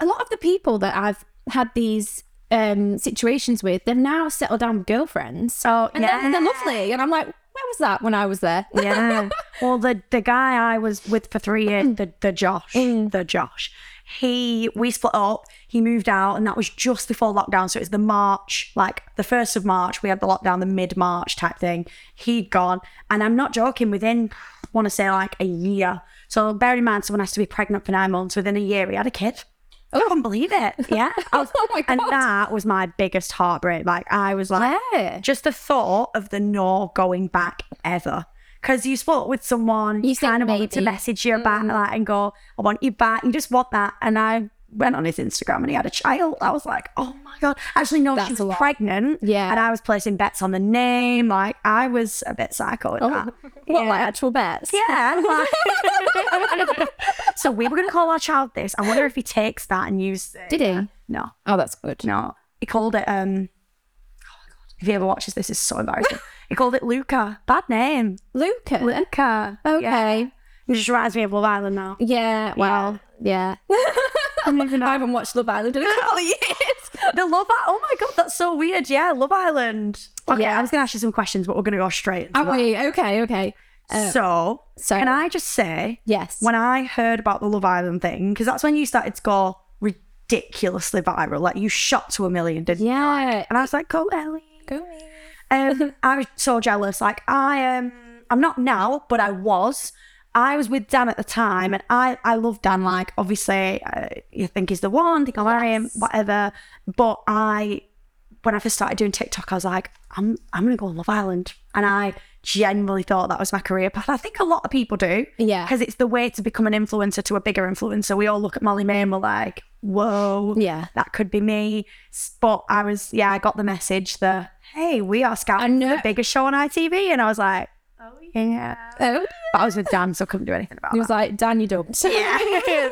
[SPEAKER 2] a lot of the people that I've had these um situations with, they've now settled down with girlfriends.
[SPEAKER 1] Oh,
[SPEAKER 2] and they're, they're lovely. And I'm like, where was that when I was there?
[SPEAKER 1] yeah. Well, the the guy I was with for three years, the the Josh,
[SPEAKER 2] Mm.
[SPEAKER 1] the Josh, he we split up. He moved out, and that was just before lockdown. So it was the March, like the first of March. We had the lockdown, the mid March type thing. He'd gone, and I'm not joking. Within, want to say like a year. So bear in mind, someone has to be pregnant for nine months. Within a year, he had a kid. I can't believe it. Yeah. I was-
[SPEAKER 2] Oh my
[SPEAKER 1] And
[SPEAKER 2] God.
[SPEAKER 1] that was my biggest heartbreak. Like I was like,
[SPEAKER 2] Yeah.
[SPEAKER 1] just the thought of the no going back ever. Because you split with someone, you,
[SPEAKER 2] You think
[SPEAKER 1] kind of wanted to
[SPEAKER 2] maybe. Mm.
[SPEAKER 1] message your back like, and go, I want you back. You just want that. And I went on his Instagram and he had a child. I was like, oh my God. Actually, no,
[SPEAKER 2] That's
[SPEAKER 1] she
[SPEAKER 2] a
[SPEAKER 1] was
[SPEAKER 2] lot.
[SPEAKER 1] pregnant.
[SPEAKER 2] Yeah.
[SPEAKER 1] And I was placing bets on the name. Like, I was a bit psycho
[SPEAKER 2] Oh.
[SPEAKER 1] with that.
[SPEAKER 2] What like actual bets?
[SPEAKER 1] Yeah. like- so we were going to call our child this. I wonder if he takes that and uses it.
[SPEAKER 2] Did he?
[SPEAKER 1] No.
[SPEAKER 2] Oh, that's good.
[SPEAKER 1] No, he called it. Um, oh my god! If he ever watches this, it's so embarrassing. he called it Luca. Bad name,
[SPEAKER 2] Luca.
[SPEAKER 1] Luca.
[SPEAKER 2] okay.
[SPEAKER 1] It just reminds me of Love Island now.
[SPEAKER 2] Yeah. Well. Yeah. I'm even, I haven't watched Love Island in a couple of years.
[SPEAKER 1] The Love Island. Oh my god, that's so weird. Yeah, Love Island. Okay,
[SPEAKER 2] Yeah.
[SPEAKER 1] I was gonna ask you some questions, but we're gonna go straight. Into
[SPEAKER 2] Oh wait, okay, okay.
[SPEAKER 1] that. So,
[SPEAKER 2] So
[SPEAKER 1] can I just say,
[SPEAKER 2] Yes.
[SPEAKER 1] when I heard about the Love Island thing, because that's when you started to go ridiculously viral. Like you shot to a million, didn't you?
[SPEAKER 2] yeah.
[SPEAKER 1] And I was like, go Ellie.
[SPEAKER 2] Go
[SPEAKER 1] Um, I was so jealous. Like I am, I'm not now, but I was. I was with Dan at the time, and I I love Dan. Like obviously, uh, you think he's the one, think I'll marry him, whatever. But I, when I first started doing TikTok, I was like, I'm I'm gonna go on Love Island, and I generally thought that was my career path. I think a lot of people do.
[SPEAKER 2] Yeah.
[SPEAKER 1] Because it's the way to become an influencer to a bigger influencer. We all look at Molly May and we're like, whoa,
[SPEAKER 2] Yeah.
[SPEAKER 1] that could be me. S- But I was, yeah, I got the message that, hey, we are scouting
[SPEAKER 2] know.
[SPEAKER 1] the biggest show on ITV. And I was like, oh, yeah.
[SPEAKER 2] Oh,
[SPEAKER 1] But I was with Dan, so I couldn't do anything about
[SPEAKER 2] he
[SPEAKER 1] it.
[SPEAKER 2] was like, Dan, you don't.
[SPEAKER 1] Yeah, yeah.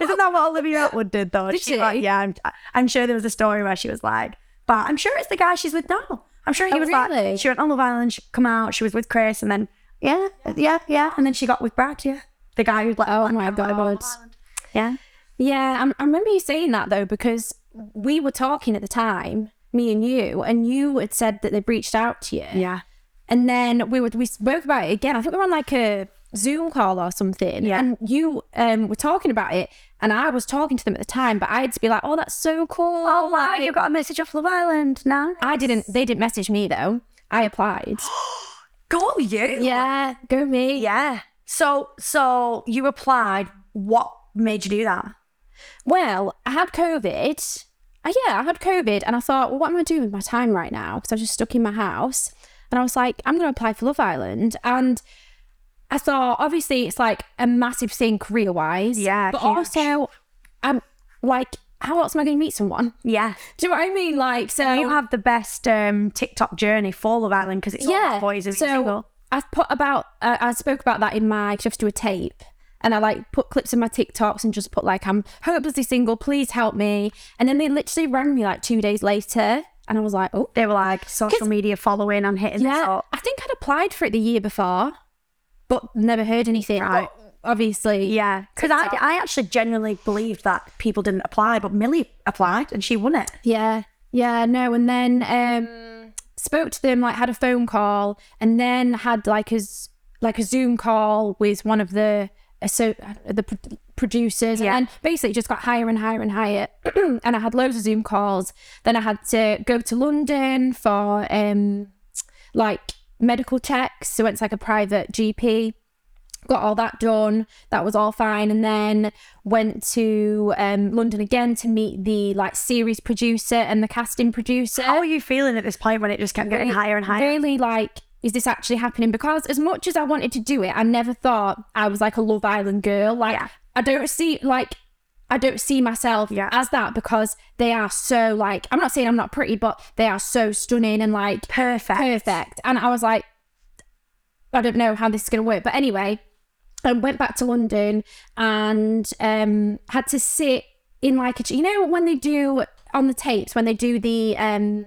[SPEAKER 1] Isn't that what Olivia Atwood did though?
[SPEAKER 2] Did she?
[SPEAKER 1] Like, yeah, I'm, I'm sure there was a story where she was like, but I'm sure it's the guy she's with now. I'm sure he
[SPEAKER 2] Oh,
[SPEAKER 1] was
[SPEAKER 2] really?
[SPEAKER 1] like, she went on Love Island, she come out, she was with Chris, and then yeah, yeah, yeah, and then she got with Brad, yeah, the guy who like,
[SPEAKER 2] Oh my god.
[SPEAKER 1] yeah,
[SPEAKER 2] Yeah, I'm, I remember you saying that though because we were talking at the time, me and you, and you had said that they would reached out to you.
[SPEAKER 1] yeah,
[SPEAKER 2] And then we were, we spoke about it again. I think we were on like a Zoom call or something.
[SPEAKER 1] Yeah.
[SPEAKER 2] And you um, were talking about it, and I was talking to them at the time, but I had to be like, "Oh, that's so cool."
[SPEAKER 1] Oh wow, you got a message off Love Island now.
[SPEAKER 2] I didn't. They didn't message me though. I applied.
[SPEAKER 1] Go you,
[SPEAKER 2] yeah, go me.
[SPEAKER 1] yeah. So, so you applied. What made you do that?
[SPEAKER 2] Well, I had COVID. Uh, yeah, I had COVID, and I thought, well, what am I doing with my time right now? Because I was just stuck in my house, and I was like, I'm going to apply for Love Island, and I thought, obviously, it's like a massive thing career wise.
[SPEAKER 1] Yeah,
[SPEAKER 2] but
[SPEAKER 1] huge.
[SPEAKER 2] also, I'm like, how else am I going to meet someone?
[SPEAKER 1] Yeah,
[SPEAKER 2] Do you know what I mean? Like, so
[SPEAKER 1] you have the best um, TikTok journey for Love Island because it's all
[SPEAKER 2] yeah.
[SPEAKER 1] about boys every
[SPEAKER 2] so
[SPEAKER 1] single.
[SPEAKER 2] I've put about uh, I spoke about that in my because I have to do a tape. And I like put clips in my TikToks and just put like I'm hopelessly single, please help me. And then they literally rang me like two days later, and I was like, oh
[SPEAKER 1] They were like social media following. I'm hitting this
[SPEAKER 2] yeah,
[SPEAKER 1] up.
[SPEAKER 2] I think I'd applied for it the year before, but never heard anything.
[SPEAKER 1] Right.
[SPEAKER 2] But obviously,
[SPEAKER 1] Yeah, because I, I actually genuinely believed that people didn't apply, but Millie applied and she won it.
[SPEAKER 2] Yeah, yeah, no. And then um, spoke to them, like had a phone call, and then had like a z- like a Zoom call with one of the uh, so uh, the pro- producers,
[SPEAKER 1] Yeah.
[SPEAKER 2] and then basically just got higher and higher and higher. and I had loads of Zoom calls. Then I had to go to London for um, like medical checks. So it's like a private GP got all that done that was all fine and then went to um, london again to meet the like series producer and the casting producer
[SPEAKER 1] How are you feeling at this point when it just kept getting higher and higher?
[SPEAKER 2] really like is this actually happening because as much as i wanted to do it i never thought i was like a love island girl like
[SPEAKER 1] Yeah.
[SPEAKER 2] i don't see like i don't see myself
[SPEAKER 1] Yeah.
[SPEAKER 2] as that because they are so like i'm not saying i'm not pretty but they are so stunning and like
[SPEAKER 1] Perfect.
[SPEAKER 2] perfect. And I was like, I don't know how this is going to work. But anyway, I went back to London and um, had to sit in like a, you know, when they do on the tapes, when they do the, um,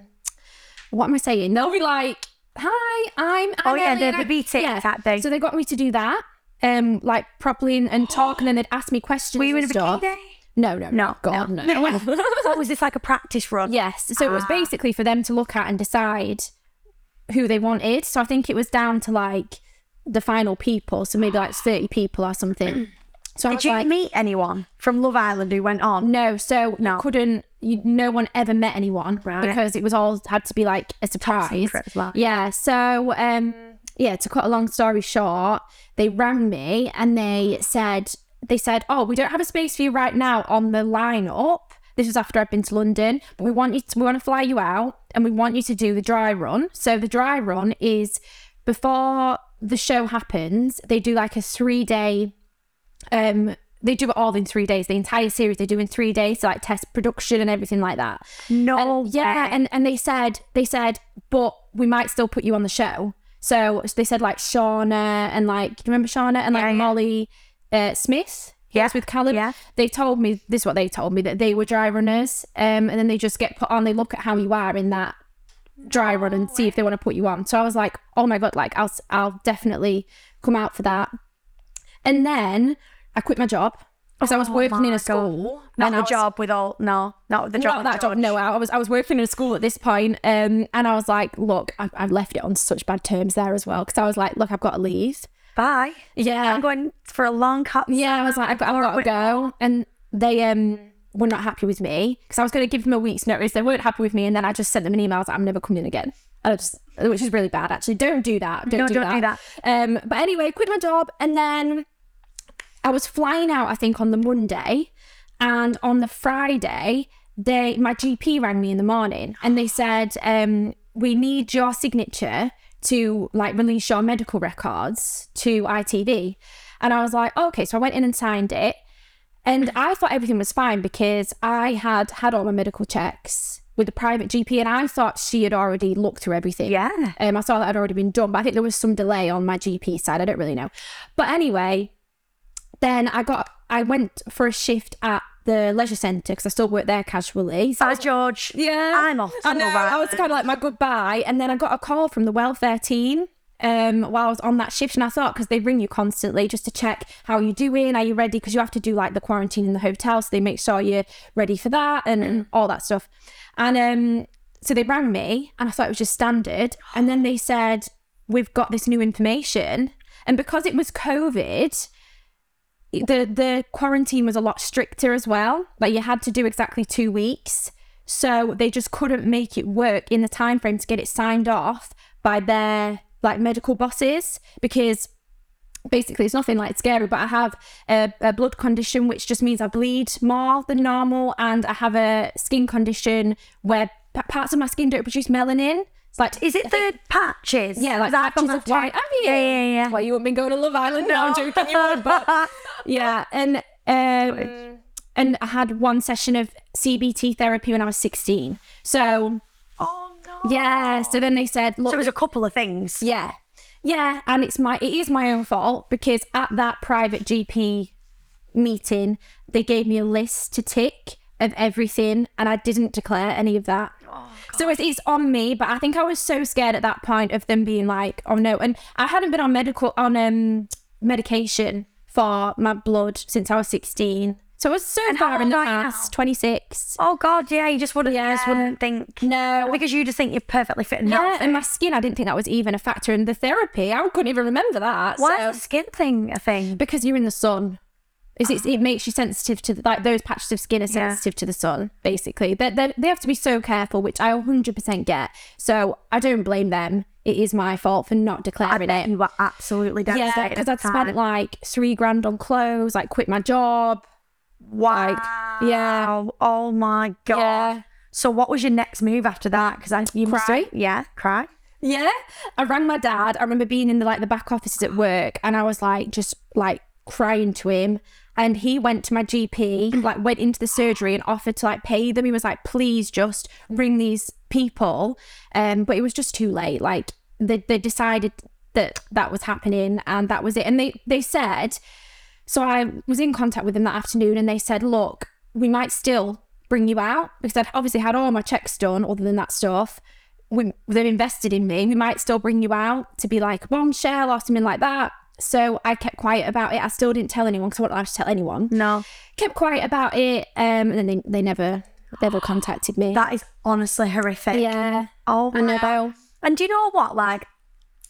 [SPEAKER 2] what am I saying? They'll be like, hi, I'm,
[SPEAKER 1] Oh
[SPEAKER 2] I'm
[SPEAKER 1] yeah,
[SPEAKER 2] Ellie
[SPEAKER 1] the,
[SPEAKER 2] and
[SPEAKER 1] the
[SPEAKER 2] I-"
[SPEAKER 1] BT
[SPEAKER 2] Yeah.
[SPEAKER 1] that thing.
[SPEAKER 2] So they got me to do that. Um, like properly and, and talk, and then they'd ask me questions.
[SPEAKER 1] were you in
[SPEAKER 2] and
[SPEAKER 1] a
[SPEAKER 2] stuff.
[SPEAKER 1] bikini day?
[SPEAKER 2] No, no,
[SPEAKER 1] No,
[SPEAKER 2] God,
[SPEAKER 1] no.
[SPEAKER 2] no.
[SPEAKER 1] Oh, was this like a practice run?
[SPEAKER 2] Yes. So it
[SPEAKER 1] Ah.
[SPEAKER 2] was basically for them to look at and decide who they wanted. So I think it was down to like the final people. So maybe like 30 people or something. So I
[SPEAKER 1] Did
[SPEAKER 2] was
[SPEAKER 1] you
[SPEAKER 2] like,
[SPEAKER 1] meet anyone from Love Island who went on?
[SPEAKER 2] no. So
[SPEAKER 1] No.
[SPEAKER 2] you couldn't, you, no one ever met anyone
[SPEAKER 1] Right.
[SPEAKER 2] because it was all had to be like a surprise.
[SPEAKER 1] secret as well.
[SPEAKER 2] Yeah. So, um, yeah, to cut a long story short, they rang me and they said, they said, oh, we don't have a space for you right now on the lineup. This was after I'd been to London, but we want you to, we want to fly you out and we want you to do the dry run. So the dry run is before the show happens, they do like a three day, um, they do it all in three days. The entire series they do in three days, so like test production and everything like that.
[SPEAKER 1] No.
[SPEAKER 2] And- uh, yeah,
[SPEAKER 1] way.
[SPEAKER 2] and and they said they said, but we might still put you on the show. So they said like Shauna and like do you remember Shauna and like
[SPEAKER 1] Yeah, yeah.
[SPEAKER 2] Molly uh, Smith.
[SPEAKER 1] Yeah,
[SPEAKER 2] Yes, with Callum.
[SPEAKER 1] yeah.
[SPEAKER 2] They told me this is what they told me that they were dry runners, um, and then they just get put on. They look at how you are in that dry run and see if they want to put you on. So I was like, oh my god, like I'll s- I'll definitely come out for that. And then I quit my job because I was
[SPEAKER 1] Oh
[SPEAKER 2] working in
[SPEAKER 1] my
[SPEAKER 2] a school.
[SPEAKER 1] not
[SPEAKER 2] and I
[SPEAKER 1] the
[SPEAKER 2] was-
[SPEAKER 1] job with all. No, not the job.
[SPEAKER 2] not
[SPEAKER 1] with
[SPEAKER 2] that
[SPEAKER 1] George.
[SPEAKER 2] job. No, I was I was working in a school at this point, um, and I was like, look, I, I left it on such bad terms there as well because I was like, look, I've got to leave.
[SPEAKER 1] Bye. I'm
[SPEAKER 2] Yeah,
[SPEAKER 1] going for a long cut.
[SPEAKER 2] yeah. I was like, I've got, I've got to go, and they um were not happy with me because I was going to give them a week's notice. They weren't happy with me, and then I just sent them an email. I was like, I'm never coming in again. And I just, which is really bad, actually. Don't do that. Don't,
[SPEAKER 1] No,
[SPEAKER 2] do,
[SPEAKER 1] don't
[SPEAKER 2] that.
[SPEAKER 1] do that.
[SPEAKER 2] Um, but anyway, quit my job, and then I was flying out, I think, on the Monday, and on the Friday, they my GP rang me in the morning and they said, um, "We need your signature to like release your medical records to ITV. And I was like, okay. So I went in and signed it. And I thought everything was fine because I had had all my medical checks with the private GP and I thought she had already looked through everything.
[SPEAKER 1] Yeah.
[SPEAKER 2] Um, I saw that had already been done, but I think there was some delay on my GP side. I don't really know. But anyway, then I got, I went for a shift at the leisure centre because I still work there casually. So I
[SPEAKER 1] By
[SPEAKER 2] was
[SPEAKER 1] George.
[SPEAKER 2] yeah.
[SPEAKER 1] I'm off.
[SPEAKER 2] I
[SPEAKER 1] to
[SPEAKER 2] know.
[SPEAKER 1] that.
[SPEAKER 2] I was kind of like my goodbye. And then I got a call from the welfare team um, while I was on that shift. And I thought, because they ring you constantly just to check how you're doing, are you ready? Because you have to do like the quarantine in the hotel. So they make sure you're ready for that and
[SPEAKER 1] Mm.
[SPEAKER 2] all that stuff. And um, so they rang me and I thought it was just standard. And then they said, we've got this new information. And because it was COVID, the the quarantine was a lot stricter as well. Like you had to do exactly two weeks, so they just couldn't make it work in the time frame to get it signed off by their like medical bosses because basically it's nothing like scary but i have a, a blood condition which just means i bleed more than normal and i have a skin condition where p- parts of my skin don't produce melanin it's like
[SPEAKER 1] Is it the patches?
[SPEAKER 2] yeah, like
[SPEAKER 1] that
[SPEAKER 2] patches
[SPEAKER 1] black
[SPEAKER 2] of white. I mean,
[SPEAKER 1] Yeah, yeah, yeah.
[SPEAKER 2] Well, you wouldn't been going to Love Island. No, I'm joking. You would, but yeah, and um, and I had one session of CBT therapy when I was 16. So
[SPEAKER 1] Oh no.
[SPEAKER 2] yeah, so then they said, look,
[SPEAKER 1] So it was a couple of things.
[SPEAKER 2] yeah, yeah, and it's my it is my own fault because at that private GP meeting they gave me a list to tick of everything, and I didn't declare any of that. so it's, it's on me, but I think I was so scared at that point of them being like, "Oh no!" And I hadn't been on medical on um medication for my blood since I was sixteen, so I was so
[SPEAKER 1] how
[SPEAKER 2] far in
[SPEAKER 1] old
[SPEAKER 2] the
[SPEAKER 1] are you now?
[SPEAKER 2] past, twenty six.
[SPEAKER 1] Oh god, yeah. You just wouldn't.
[SPEAKER 2] Yeah, I just
[SPEAKER 1] um,
[SPEAKER 2] wouldn't-
[SPEAKER 1] think.
[SPEAKER 2] No,
[SPEAKER 1] Because you just think you're perfectly fit and
[SPEAKER 2] yeah,
[SPEAKER 1] healthy.
[SPEAKER 2] and my skin, I didn't think that was even a factor in the therapy. I couldn't even remember that.
[SPEAKER 1] Why
[SPEAKER 2] so-
[SPEAKER 1] is the skin thing a thing?
[SPEAKER 2] because you're in the sun. Is it, it makes you sensitive to the, like those patches of skin are
[SPEAKER 1] Ah. Yeah.
[SPEAKER 2] sensitive to the sun basically they they they have to be so careful which i 100% get so i don't blame them it is my fault for not
[SPEAKER 1] I
[SPEAKER 2] declaring
[SPEAKER 1] bet
[SPEAKER 2] it
[SPEAKER 1] you were absolutely devastated.
[SPEAKER 2] yeah because
[SPEAKER 1] at
[SPEAKER 2] i'd
[SPEAKER 1] the
[SPEAKER 2] spent
[SPEAKER 1] time.
[SPEAKER 2] like three grand on clothes like quit my job
[SPEAKER 1] wow.
[SPEAKER 2] yeah.
[SPEAKER 1] Oh, oh my god.
[SPEAKER 2] Yeah.
[SPEAKER 1] So what was your next move after that? Because I you must
[SPEAKER 2] Cry.
[SPEAKER 1] yeah cry.
[SPEAKER 2] Yeah. I rang my dad. I remember being in the like the back offices at work and I was like just like crying to him. And he went to my GP, like went into the surgery and offered to like pay them. He was like, please just ring these people. Um, but it was just too late. Like they, they decided that that was happening and that was it. And they they said so I was in contact with them that afternoon and they said, look, we might still bring you out because I'd obviously had all my checks done other than that stuff. We, they've invested in me. We might still bring you out to be like a bombshell or something like that. So I kept quiet about it. I still didn't tell anyone because I wasn't allowed to tell anyone.
[SPEAKER 1] No,
[SPEAKER 2] Kept quiet about it. Um, and then they, they never, never contacted me.
[SPEAKER 1] that is honestly horrific.
[SPEAKER 2] yeah.
[SPEAKER 1] Oh,
[SPEAKER 2] I know.
[SPEAKER 1] wow. And do you know what? Like,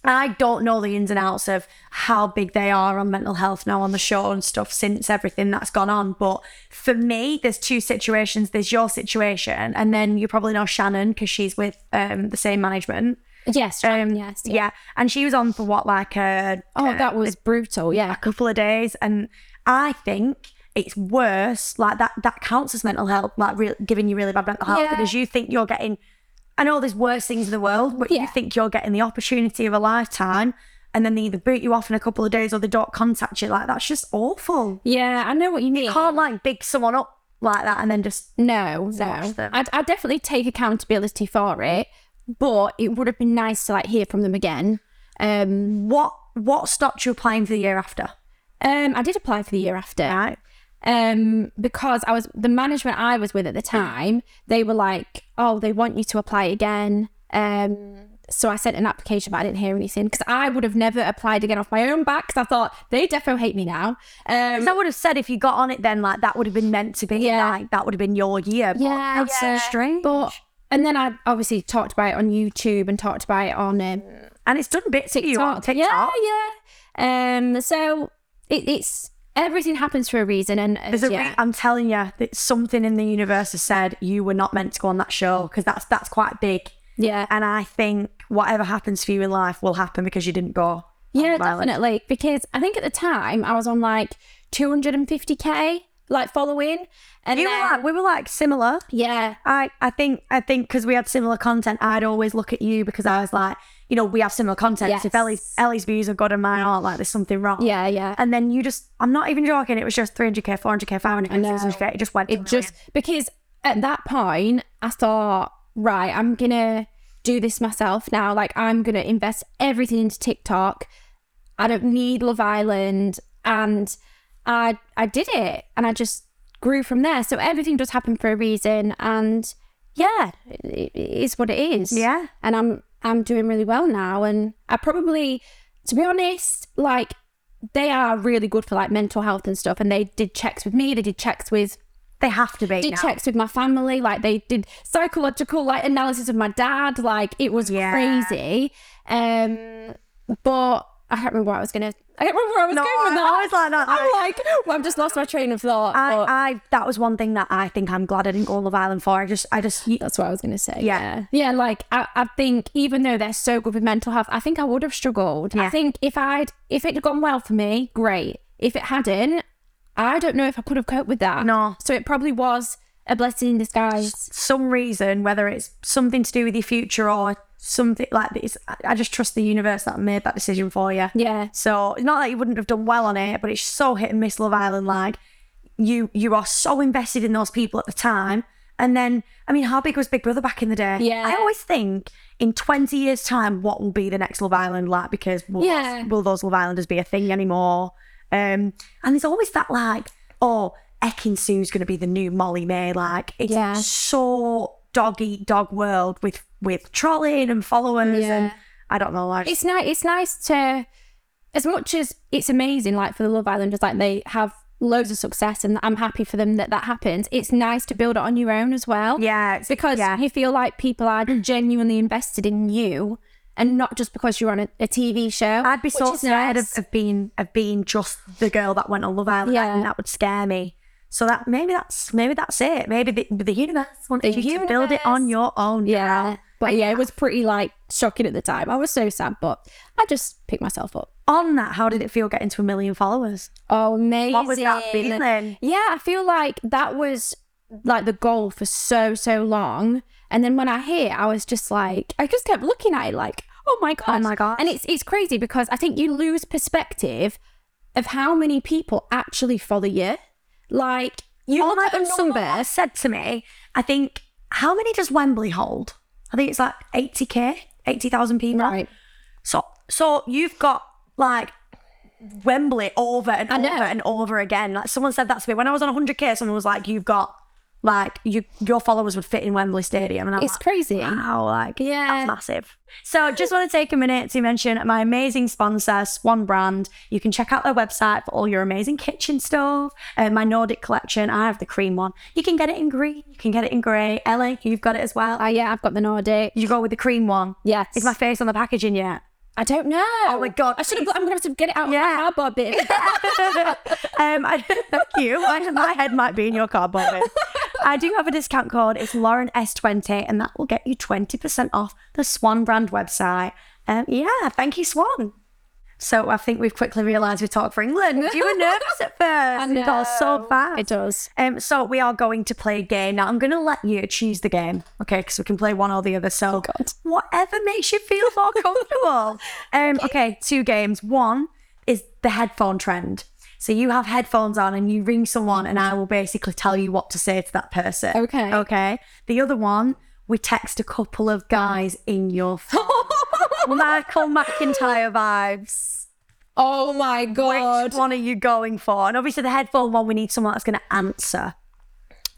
[SPEAKER 1] I don't know the ins and outs of how big they are on mental health now on the show and stuff since everything that's gone on. But for me, there's two situations. There's your situation, and then you probably know Shannon because she's with um, the same management.
[SPEAKER 2] Yes.
[SPEAKER 1] Um,
[SPEAKER 2] yes.
[SPEAKER 1] Yeah. And she was on for what, like a
[SPEAKER 2] Oh, that was brutal. Yeah.
[SPEAKER 1] couple of days and i think it's worse like that that counts as mental health like real giving you really bad mental health
[SPEAKER 2] Yeah.
[SPEAKER 1] because you think you're getting i know there's worse things in the world but
[SPEAKER 2] Yeah.
[SPEAKER 1] you think you're getting the opportunity of a lifetime and then they either boot you off in a couple of days or they don't contact you like that's just awful
[SPEAKER 2] Yeah. I know what you mean.
[SPEAKER 1] you can't like big someone up like that and then just
[SPEAKER 2] No,
[SPEAKER 1] watch
[SPEAKER 2] no.
[SPEAKER 1] them.
[SPEAKER 2] I'd, I'd definitely take accountability for it, but it would have been nice to like hear from them again. Um,
[SPEAKER 1] what what stopped you applying for the year after
[SPEAKER 2] um, I did apply for the year after
[SPEAKER 1] right
[SPEAKER 2] um, because I was the management I was with at the time. They were like, "Oh, they want you to apply again." Um, so I sent an application, but I didn't hear anything because I would have never applied again off my own back because I thought they defo hate me now. Um,
[SPEAKER 1] 'Cause I would have said if you got on it then like that would have been meant to be
[SPEAKER 2] Yeah.
[SPEAKER 1] like that would have been your year but
[SPEAKER 2] Yeah,
[SPEAKER 1] that's
[SPEAKER 2] yeah.
[SPEAKER 1] so strange
[SPEAKER 2] but and then I obviously talked about it on YouTube and talked about it on um,
[SPEAKER 1] and it's done bits of you on TikTok
[SPEAKER 2] Yeah, yeah. Um, so it, it's everything happens for a reason, and and
[SPEAKER 1] There's a
[SPEAKER 2] yeah,
[SPEAKER 1] re- I'm telling you that something in the universe has said you were not meant to go on that show because that's that's quite big.
[SPEAKER 2] yeah,
[SPEAKER 1] And I think whatever happens for you in life will happen because you didn't go.
[SPEAKER 2] yeah,
[SPEAKER 1] violent.
[SPEAKER 2] definitely. Because I think at the time I was on like 250k like following. And
[SPEAKER 1] You were
[SPEAKER 2] then-
[SPEAKER 1] like, we were like similar.
[SPEAKER 2] yeah,
[SPEAKER 1] I, I think I think because we had similar content, I'd always look at you because I was like, you know, we have similar content. So If
[SPEAKER 2] Yes.
[SPEAKER 1] Ellie's Ellie's views are good and mine aren't, like there's something wrong.
[SPEAKER 2] yeah, yeah.
[SPEAKER 1] And then you just, I'm not even joking. It was just 300k, 400k, 500k,
[SPEAKER 2] know.
[SPEAKER 1] 600k. It just went.
[SPEAKER 2] It just because at that point I thought, right, I'm gonna do this myself now. Like I'm gonna invest everything into TikTok. I don't need Love Island, and I I did it, and I just grew from there. So everything does happen for a reason, and yeah, it, it is what it is.
[SPEAKER 1] Yeah.
[SPEAKER 2] and I'm I'm doing really well now, and I probably, to be honest, like they are really good for like mental health and stuff, and they did checks with me, they did checks with
[SPEAKER 1] they have to be.
[SPEAKER 2] did
[SPEAKER 1] Now.
[SPEAKER 2] checks with my family like they did psychological like analysis of my dad like it was
[SPEAKER 1] Yeah.
[SPEAKER 2] crazy um but i can't remember what i was gonna i can't remember where i was
[SPEAKER 1] No,
[SPEAKER 2] going
[SPEAKER 1] I-
[SPEAKER 2] with that
[SPEAKER 1] I was like, no,
[SPEAKER 2] i'm like well i've just lost my train of thought
[SPEAKER 1] I,
[SPEAKER 2] but
[SPEAKER 1] I that was one thing that I think I'm glad I didn't go Love Island for. I just I just
[SPEAKER 2] that's what i was gonna say
[SPEAKER 1] Yeah.
[SPEAKER 2] yeah yeah like I, I think even though they're so good with mental health i think i would have struggled
[SPEAKER 1] Yeah.
[SPEAKER 2] i think if i'd if it had gone well for me great if it hadn't i don't know if i could have coped with that
[SPEAKER 1] No.
[SPEAKER 2] so it probably was a blessing in disguise
[SPEAKER 1] some reason whether it's something to do with your future or something like this. I- I just trust the universe that made that decision for you.
[SPEAKER 2] yeah
[SPEAKER 1] So it's not that you wouldn't have done well on it, but it's so hit and miss Love Island. Like you you are so invested in those people at the time. And then I mean, how big was Big Brother back in the day?
[SPEAKER 2] Yeah.
[SPEAKER 1] I always think in twenty years' time, what will be the next Love Island like? Because will,
[SPEAKER 2] Yeah.
[SPEAKER 1] will those Love Islanders be a thing anymore? Um, and there's always that like, oh, Ekin Sue's going to be the new Molly May. Like it's
[SPEAKER 2] Yeah.
[SPEAKER 1] so dog eat dog world with with trolling and followers and
[SPEAKER 2] Yeah.
[SPEAKER 1] I don't know. Like,
[SPEAKER 2] it's nice it's nice to as much as it's amazing like for the love islanders like they have loads of success and i'm happy for them that that happens it's nice to build it on your own as well
[SPEAKER 1] yeah, it's-
[SPEAKER 2] because
[SPEAKER 1] yeah.
[SPEAKER 2] you feel like people are genuinely invested in you and not just because you're on a, a tv show
[SPEAKER 1] I'd be so
[SPEAKER 2] which is
[SPEAKER 1] scared
[SPEAKER 2] nice.
[SPEAKER 1] of, of being of being just the girl that went on Love Island.
[SPEAKER 2] Yeah.
[SPEAKER 1] and that would scare me. So that maybe that's maybe that's it. Maybe the, the universe wanted
[SPEAKER 2] The
[SPEAKER 1] you to build it on
[SPEAKER 2] universe.
[SPEAKER 1] your own.
[SPEAKER 2] yeah but
[SPEAKER 1] I-
[SPEAKER 2] yeah it was pretty like shocking at the time i was so sad but i just picked myself up
[SPEAKER 1] On that, how did it feel getting to a million followers?
[SPEAKER 2] Oh, amazing.
[SPEAKER 1] was that feeling?
[SPEAKER 2] Yeah, I feel like that was like the goal for so, so long. And then when I hit, I was just like, I just kept looking at it like, oh my God.
[SPEAKER 1] my gosh.
[SPEAKER 2] And it's, it's crazy because I think you lose perspective of how many people actually follow you. Like, you
[SPEAKER 1] Oh
[SPEAKER 2] look
[SPEAKER 1] my
[SPEAKER 2] at a
[SPEAKER 1] God, someone
[SPEAKER 2] number.
[SPEAKER 1] said to me, I think how many does Wembley hold? I think it's like eighty k, eighty thousand people.
[SPEAKER 2] Right.
[SPEAKER 1] So so you've got like Wembley over and
[SPEAKER 2] know.
[SPEAKER 1] over and over again. Like someone said that to me when I was on 100k. Someone was like, "You've got like you your followers would fit in Wembley Stadium," and I'm
[SPEAKER 2] It's
[SPEAKER 1] like,
[SPEAKER 2] crazy.
[SPEAKER 1] Wow, like
[SPEAKER 2] Yeah.
[SPEAKER 1] that's massive. So just want to take a minute to mention my amazing sponsor, Swan Brand. You can check out their website for all your amazing kitchen stuff. Uh, my Nordic collection, I have the cream one. You can get it in green, you can get it in grey. Ellie, you've got it as well.
[SPEAKER 2] Oh, yeah, I've got the Nordic.
[SPEAKER 1] you go with the cream one.
[SPEAKER 2] Yes.
[SPEAKER 1] Is my face on the packaging yet?
[SPEAKER 2] I don't know. Oh
[SPEAKER 1] my God.
[SPEAKER 2] I should have. I'm gonna have to get it out.
[SPEAKER 1] Yeah.
[SPEAKER 2] Yeah. Of my cardboard bin.
[SPEAKER 1] um, I, thank you. My, my head might be in your car, but I do have a discount code. It's Lauren S20, and that will get you 20% off the Swan brand website. Um, yeah, thank you, Swan. So I think we've quickly realised we talked for England. You were nervous at first. It got so fast.
[SPEAKER 2] It does.
[SPEAKER 1] Um, so we are going to play a game now. I'm going to let you choose the game, okay? Because we can play one or the other. So
[SPEAKER 2] Oh,
[SPEAKER 1] whatever makes you feel more comfortable. um, okay, two games. One is the headphone trend. So you have headphones on and you ring someone, and I will basically tell you what to say to that person.
[SPEAKER 2] Okay.
[SPEAKER 1] Okay. The other one, we text a couple of guys in your phone. Michael McIntyre vibes.
[SPEAKER 2] Oh my god.
[SPEAKER 1] Which one are you going for? And obviously, the headphone one, we need someone that's going to answer.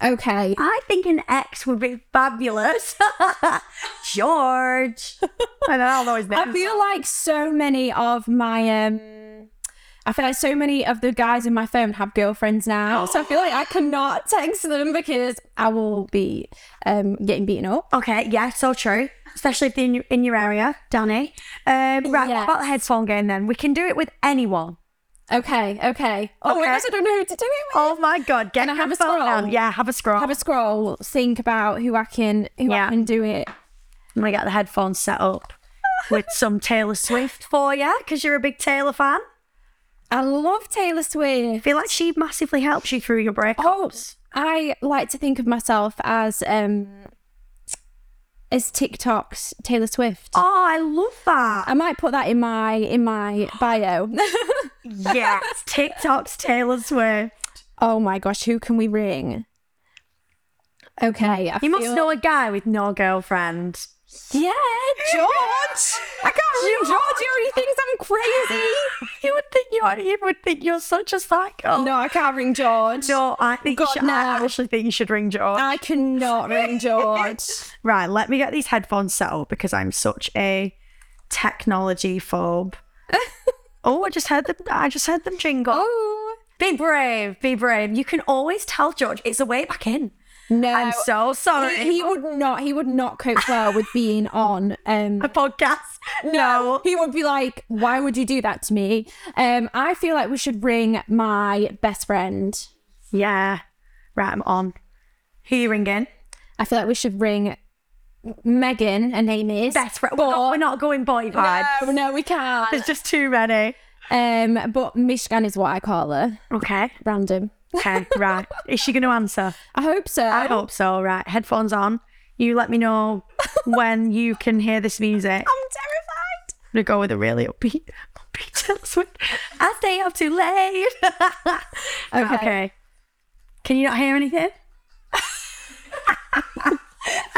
[SPEAKER 2] Okay.
[SPEAKER 1] I think an ex would be fabulous. George. I don't know his name.
[SPEAKER 2] I feel like so many of my um I feel like so many of the guys in my phone have girlfriends now. So I feel like I cannot text them because I will be um getting beaten up.
[SPEAKER 1] Okay, yeah, so true. Especially if they're in your, in your area, Danny. Um, right, what
[SPEAKER 2] Yes.
[SPEAKER 1] about the headphone game then? We can do it with anyone.
[SPEAKER 2] Okay, okay. Oh my
[SPEAKER 1] Okay.
[SPEAKER 2] gosh, I don't know who to do it with.
[SPEAKER 1] Oh my God, get
[SPEAKER 2] Can I
[SPEAKER 1] your
[SPEAKER 2] have a
[SPEAKER 1] phone
[SPEAKER 2] scroll?
[SPEAKER 1] out. Yeah, have a scroll.
[SPEAKER 2] Have a scroll, think about who I can who
[SPEAKER 1] Yeah.
[SPEAKER 2] I can do it.
[SPEAKER 1] I'm going to get the headphones set up with some Taylor Swift for you because you're a big Taylor fan.
[SPEAKER 2] I love Taylor
[SPEAKER 1] I
[SPEAKER 2] Swift.
[SPEAKER 1] feel like she massively helps you through your breakup.
[SPEAKER 2] Oh, I like to think of myself as um as TikTok's Taylor Swift.
[SPEAKER 1] Oh, I love that.
[SPEAKER 2] I might put that in my in my bio.
[SPEAKER 1] Yes. TikTok's Taylor Swift.
[SPEAKER 2] oh my gosh, who can we ring? Okay, I
[SPEAKER 1] You must
[SPEAKER 2] feel-
[SPEAKER 1] know a guy with no girlfriend.
[SPEAKER 2] Yeah, George.
[SPEAKER 1] I can't
[SPEAKER 2] George, he already thinks I'm crazy.
[SPEAKER 1] You would think you're you would think you're such a psycho.
[SPEAKER 2] No, I can't ring George.
[SPEAKER 1] No, I think you
[SPEAKER 2] God,
[SPEAKER 1] should,
[SPEAKER 2] no.
[SPEAKER 1] I actually think you should ring George.
[SPEAKER 2] I cannot ring George.
[SPEAKER 1] Right, let me get these headphones set up because I'm such a technology phobe. oh, I just heard them I just heard them jingle.
[SPEAKER 2] oh
[SPEAKER 1] Be brave, be brave. You can always tell George it's a way back in.
[SPEAKER 2] no,
[SPEAKER 1] I'm so sorry.
[SPEAKER 2] he, he would not. He would not cope well with being on. Um,
[SPEAKER 1] a podcast. No.
[SPEAKER 2] he would be like, "Why would you do that to me?" Um, I feel like we should ring my best friend.
[SPEAKER 1] Yeah. Right, I'm on. Who you ringing?
[SPEAKER 2] I feel like we should ring Megan. Her name is
[SPEAKER 1] Best friend. We're, not,
[SPEAKER 2] But
[SPEAKER 1] we're not going boy vibe.
[SPEAKER 2] no, no, we can't.
[SPEAKER 1] There's just too many.
[SPEAKER 2] Um, but Michigan is what I call her.
[SPEAKER 1] Okay.
[SPEAKER 2] Random.
[SPEAKER 1] Okay, right. Is she going to answer?
[SPEAKER 2] I hope so.
[SPEAKER 1] I hope so. Right, headphones on. You let me know when you can hear this music. I'm
[SPEAKER 2] I'm terrified.
[SPEAKER 1] gonna go with a really upbeat, upbeat Taylor Swift. I stay up too late. okay. Can you not hear anything? I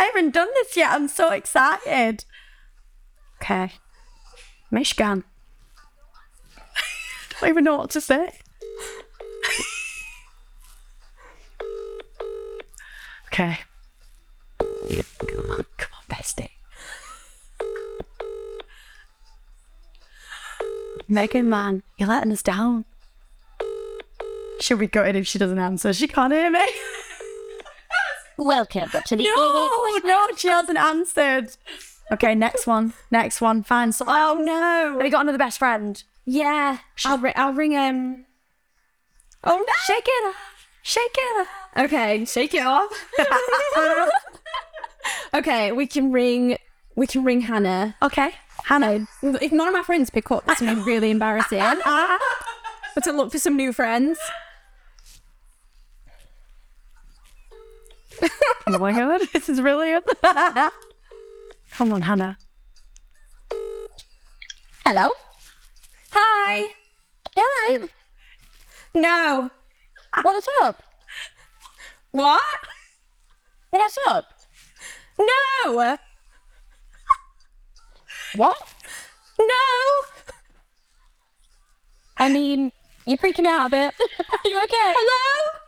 [SPEAKER 1] haven't done this yet. I'm so excited. Okay. Michigan. Don't even know what to say. okay. Come on, come on, bestie. Megan, man, you're letting us down. She'll be gutted if she doesn't answer. She can't hear me.
[SPEAKER 3] Welcome to the
[SPEAKER 1] No, no, she hasn't answered. Okay, next one. Next one. Fine. So, oh no. Have you got another best friend?
[SPEAKER 2] Yeah, I'll ri- I'll ring um, him.
[SPEAKER 1] Oh no. Shake it off. Shake it off.
[SPEAKER 2] Okay, shake it off. okay, we can ring. We can ring Hannah.
[SPEAKER 1] Okay. Hannah.
[SPEAKER 2] If none of my friends pick up, that's gonna be really embarrassing.
[SPEAKER 1] Ah.
[SPEAKER 2] But to look for some new friends.
[SPEAKER 1] Oh my god, this is really Come on, Hannah.
[SPEAKER 3] Hello.
[SPEAKER 2] Hi.
[SPEAKER 3] Hello.
[SPEAKER 2] No.
[SPEAKER 3] What's up?
[SPEAKER 2] What?
[SPEAKER 3] What's up?
[SPEAKER 2] No.
[SPEAKER 3] What?
[SPEAKER 2] No.
[SPEAKER 3] I mean, you're freaking out a bit. Are you okay?
[SPEAKER 2] Hello.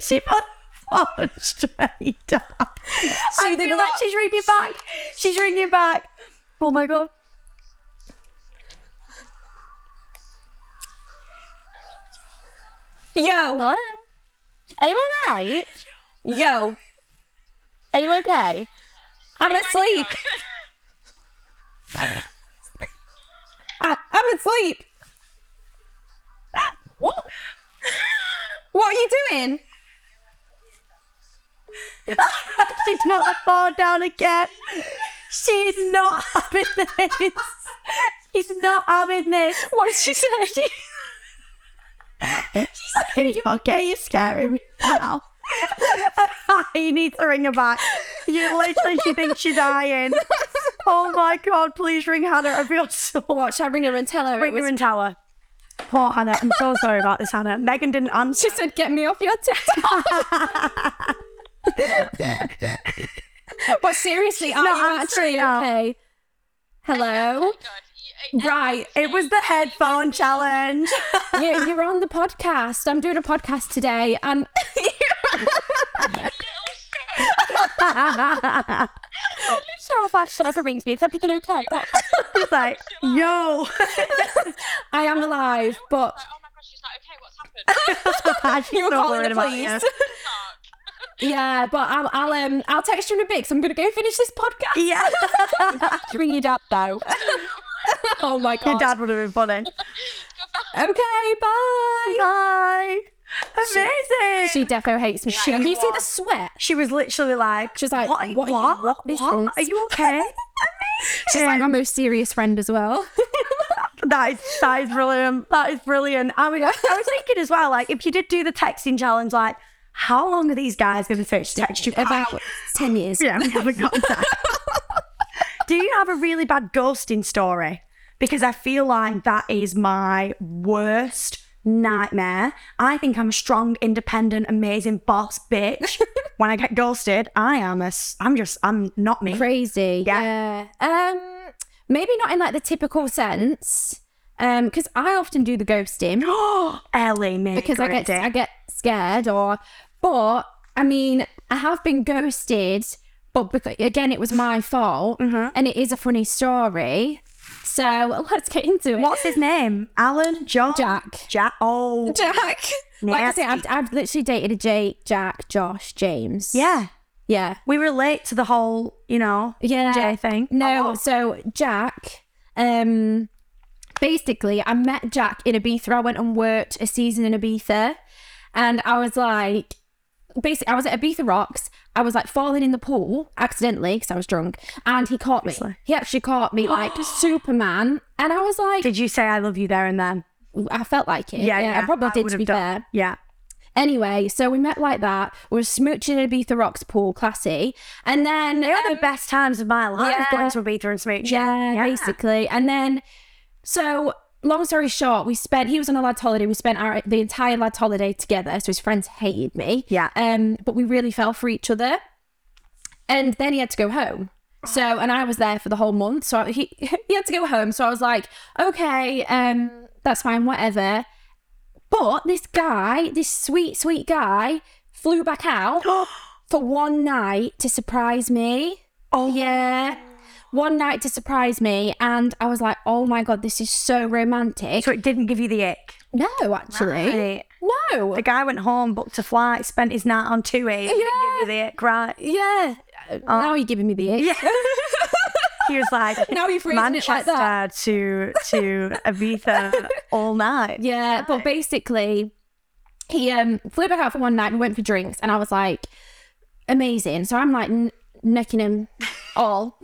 [SPEAKER 1] She put the phone straight up. I
[SPEAKER 2] did
[SPEAKER 1] feel like
[SPEAKER 2] not-
[SPEAKER 1] she's ringing back. She's ringing back. Oh my god.
[SPEAKER 2] Yo.
[SPEAKER 3] Hello. Are you alright?
[SPEAKER 2] Yo.
[SPEAKER 3] Are you okay?
[SPEAKER 2] I'm asleep. I, I'm asleep.
[SPEAKER 3] What?
[SPEAKER 2] What are you doing?
[SPEAKER 1] She's not fall down again. She's not having this. She's not having this.
[SPEAKER 2] What did she say?
[SPEAKER 1] Okay, you're scaring me now. you need to ring her back. You literally, she thinks she's dying. Oh my god, please ring Hannah. I feel so much.
[SPEAKER 2] Watch, I ring her and tell her. it
[SPEAKER 1] Ring
[SPEAKER 2] was-
[SPEAKER 1] her in tower. Poor Hannah. I'm so sorry about this, Hannah. Megan didn't answer.
[SPEAKER 2] She said, "Get me off your TikTok." but seriously, are
[SPEAKER 1] not
[SPEAKER 2] you
[SPEAKER 1] answering
[SPEAKER 2] actually
[SPEAKER 1] now.
[SPEAKER 2] okay? Oh Hello. Right,
[SPEAKER 1] It was the headphone challenge.
[SPEAKER 2] you, you're on the podcast. I'm doing a podcast today, and
[SPEAKER 3] So if I should ever rings me, is everything okay?
[SPEAKER 1] She's like, yo.
[SPEAKER 2] I am alive. But
[SPEAKER 4] oh my gosh, she's like, okay, what's happened?
[SPEAKER 1] She's
[SPEAKER 2] you were
[SPEAKER 1] not
[SPEAKER 2] calling
[SPEAKER 1] worried
[SPEAKER 2] the
[SPEAKER 1] about
[SPEAKER 2] police.
[SPEAKER 1] you.
[SPEAKER 2] yeah, but I'll, I'll um I'll text you in a bit. 'cause I'm gonna go finish this podcast.
[SPEAKER 1] Yeah.
[SPEAKER 3] Ring your dad though.
[SPEAKER 2] Oh my
[SPEAKER 1] Your
[SPEAKER 2] god.
[SPEAKER 1] dad would have been funny.
[SPEAKER 2] Okay, bye.
[SPEAKER 1] Bye. Amazing.
[SPEAKER 2] She defo hates me. She, you see the sweat?
[SPEAKER 1] She was literally like,
[SPEAKER 2] She's like,
[SPEAKER 1] what?
[SPEAKER 2] "What are you-
[SPEAKER 1] What?
[SPEAKER 2] what is
[SPEAKER 1] What?
[SPEAKER 2] this?"
[SPEAKER 1] Are you okay?
[SPEAKER 2] She's like my most serious friend as well.
[SPEAKER 1] That is that is brilliant. That is brilliant. I mean, I was thinking as well, like if you did do the texting challenge, like how long are these guys going to take to text you?
[SPEAKER 2] About ten years.
[SPEAKER 1] Yeah, we haven't got time. Do you have a really bad ghosting story? Because I feel like that is my worst nightmare. I think I'm a strong, independent, amazing boss bitch. when I get ghosted, I am a. s- I'm just. I'm not me.
[SPEAKER 2] Crazy.
[SPEAKER 1] Yeah.
[SPEAKER 2] Yeah. Um, maybe not in like the typical sense. Um, because I often do the ghosting.
[SPEAKER 1] Ellie, me.
[SPEAKER 2] because I get I get scared or but I mean I have been ghosted but beca- again it was my fault
[SPEAKER 1] Mm-hmm.
[SPEAKER 2] and it is a funny story so let's get into it
[SPEAKER 1] What's his name? Alan John
[SPEAKER 2] Jack
[SPEAKER 1] Jack. Oh,
[SPEAKER 2] Jack like I
[SPEAKER 1] Nasty.
[SPEAKER 2] say I've, I've literally dated a Jake Jack Josh James
[SPEAKER 1] yeah.
[SPEAKER 2] yeah
[SPEAKER 1] We relate to the whole, you know,
[SPEAKER 2] yeah
[SPEAKER 1] Jay Oh, thing.
[SPEAKER 2] no so Jack um basically I met Jack in Ibiza I went and worked a season in Ibiza and I was like basically, I was at Ibiza Rocks. I was like falling in the pool accidentally because I was drunk, and he caught me. He actually caught me like Superman, and I was like,
[SPEAKER 1] Did you say I love you there and then?
[SPEAKER 2] I felt like it. Yeah, I probably
[SPEAKER 1] that
[SPEAKER 2] did
[SPEAKER 1] would
[SPEAKER 2] to
[SPEAKER 1] have
[SPEAKER 2] be
[SPEAKER 1] done-
[SPEAKER 2] fair.
[SPEAKER 1] Yeah.
[SPEAKER 2] Anyway, so we met like that. We were smooching at Ibiza Rocks pool, classy, and then
[SPEAKER 1] They are the best times of my life
[SPEAKER 2] Um, Yeah.
[SPEAKER 1] going to Ibiza and smooch.
[SPEAKER 2] Yeah, basically. And then, so long story short, we spent. He was on a lad's holiday. We spent our the entire lad's holiday together. So his friends hated me.
[SPEAKER 1] Yeah.
[SPEAKER 2] Um, but we really fell for each other. And then he had to go home. So and I was there for the whole month. So he he had to go home. So I was like, okay, um, that's fine, whatever. But this guy, this sweet, sweet guy, flew back out for one night to surprise me. Oh yeah. One night to surprise me, and I was like, "Oh my god, this is so romantic."
[SPEAKER 1] So it didn't give you the ick.
[SPEAKER 2] No, actually,
[SPEAKER 1] Right.
[SPEAKER 2] no.
[SPEAKER 1] The guy went home, booked a flight, spent his night on two A's. Yeah. Didn't give you the ick, right?
[SPEAKER 2] yeah. now you're giving me the ick.
[SPEAKER 1] uh, Yeah. He was like,
[SPEAKER 2] Now you're phrasing it
[SPEAKER 1] Manchester
[SPEAKER 2] like that.
[SPEAKER 1] to to Ibiza all night.
[SPEAKER 2] Yeah, but basically, he um flew back out for one night. We went for drinks, and I was like, amazing. So I'm like n- necking him all,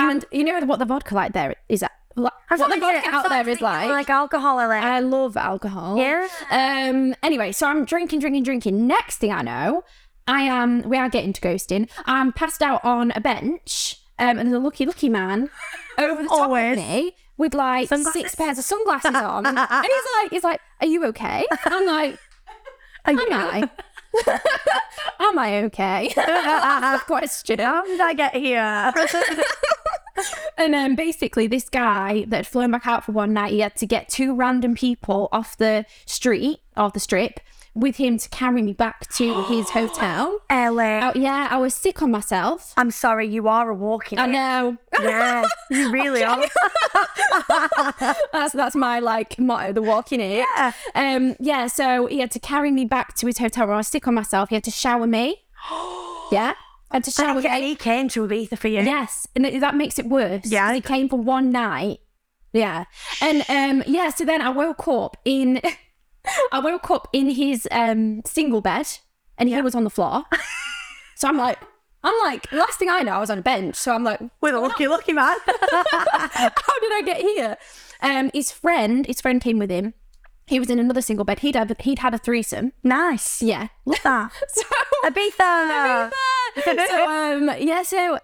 [SPEAKER 2] and you know what the vodka like there is that like,
[SPEAKER 1] I'm
[SPEAKER 2] what the
[SPEAKER 1] sorry,
[SPEAKER 2] vodka
[SPEAKER 1] I'm
[SPEAKER 2] out
[SPEAKER 1] sorry,
[SPEAKER 2] there is
[SPEAKER 1] I
[SPEAKER 2] like.
[SPEAKER 1] like alcohol, I like.
[SPEAKER 2] I love alcohol.
[SPEAKER 1] Yeah.
[SPEAKER 2] Um. Anyway, so I'm drinking, drinking, drinking. Next thing I know, I am. We are getting to ghosting. I'm passed out on a bench. Um, and the lucky, lucky man over the top
[SPEAKER 1] Always.
[SPEAKER 2] of me with like
[SPEAKER 1] Sunglasses.
[SPEAKER 2] six pairs of sunglasses on, and he's like, he's like, "Are you okay?" I'm like, "Am I? Am I okay?" That's the question.
[SPEAKER 1] How did I get here?
[SPEAKER 2] And um, basically, this guy that had flown back out for one night, he had to get two random people off the street, off the strip, with him to carry me back to his hotel.
[SPEAKER 1] Ellie.
[SPEAKER 2] Oh, yeah, I was sick on myself.
[SPEAKER 1] I'm sorry, you are a walking.
[SPEAKER 2] I
[SPEAKER 1] ick.
[SPEAKER 2] know.
[SPEAKER 1] Yeah, you really are.
[SPEAKER 2] That's that's my like motto, the walking it.
[SPEAKER 1] Yeah.
[SPEAKER 2] Um, yeah, so he had to carry me back to his hotel where I was sick on myself. He had to shower me. yeah. Had to shower
[SPEAKER 1] Okay,
[SPEAKER 2] me.
[SPEAKER 1] he came to Ibiza for you.
[SPEAKER 2] Yes, and it- that makes it worse.
[SPEAKER 1] Yeah, I
[SPEAKER 2] he came for one night. Yeah, and um, yeah. So then I woke up in, I woke up in his um single bed, and he was on the floor. so I'm like, I'm like, last thing I know, I was on a bench. So I'm like,
[SPEAKER 1] With a lucky, lucky man.
[SPEAKER 2] how did I get here? Um, his friend, his friend came with him. He was in another single bed. He'd had, he'd had a threesome.
[SPEAKER 1] nice.
[SPEAKER 2] Yeah.
[SPEAKER 1] Love that.
[SPEAKER 2] So
[SPEAKER 1] Ibiza.
[SPEAKER 2] so um yeah so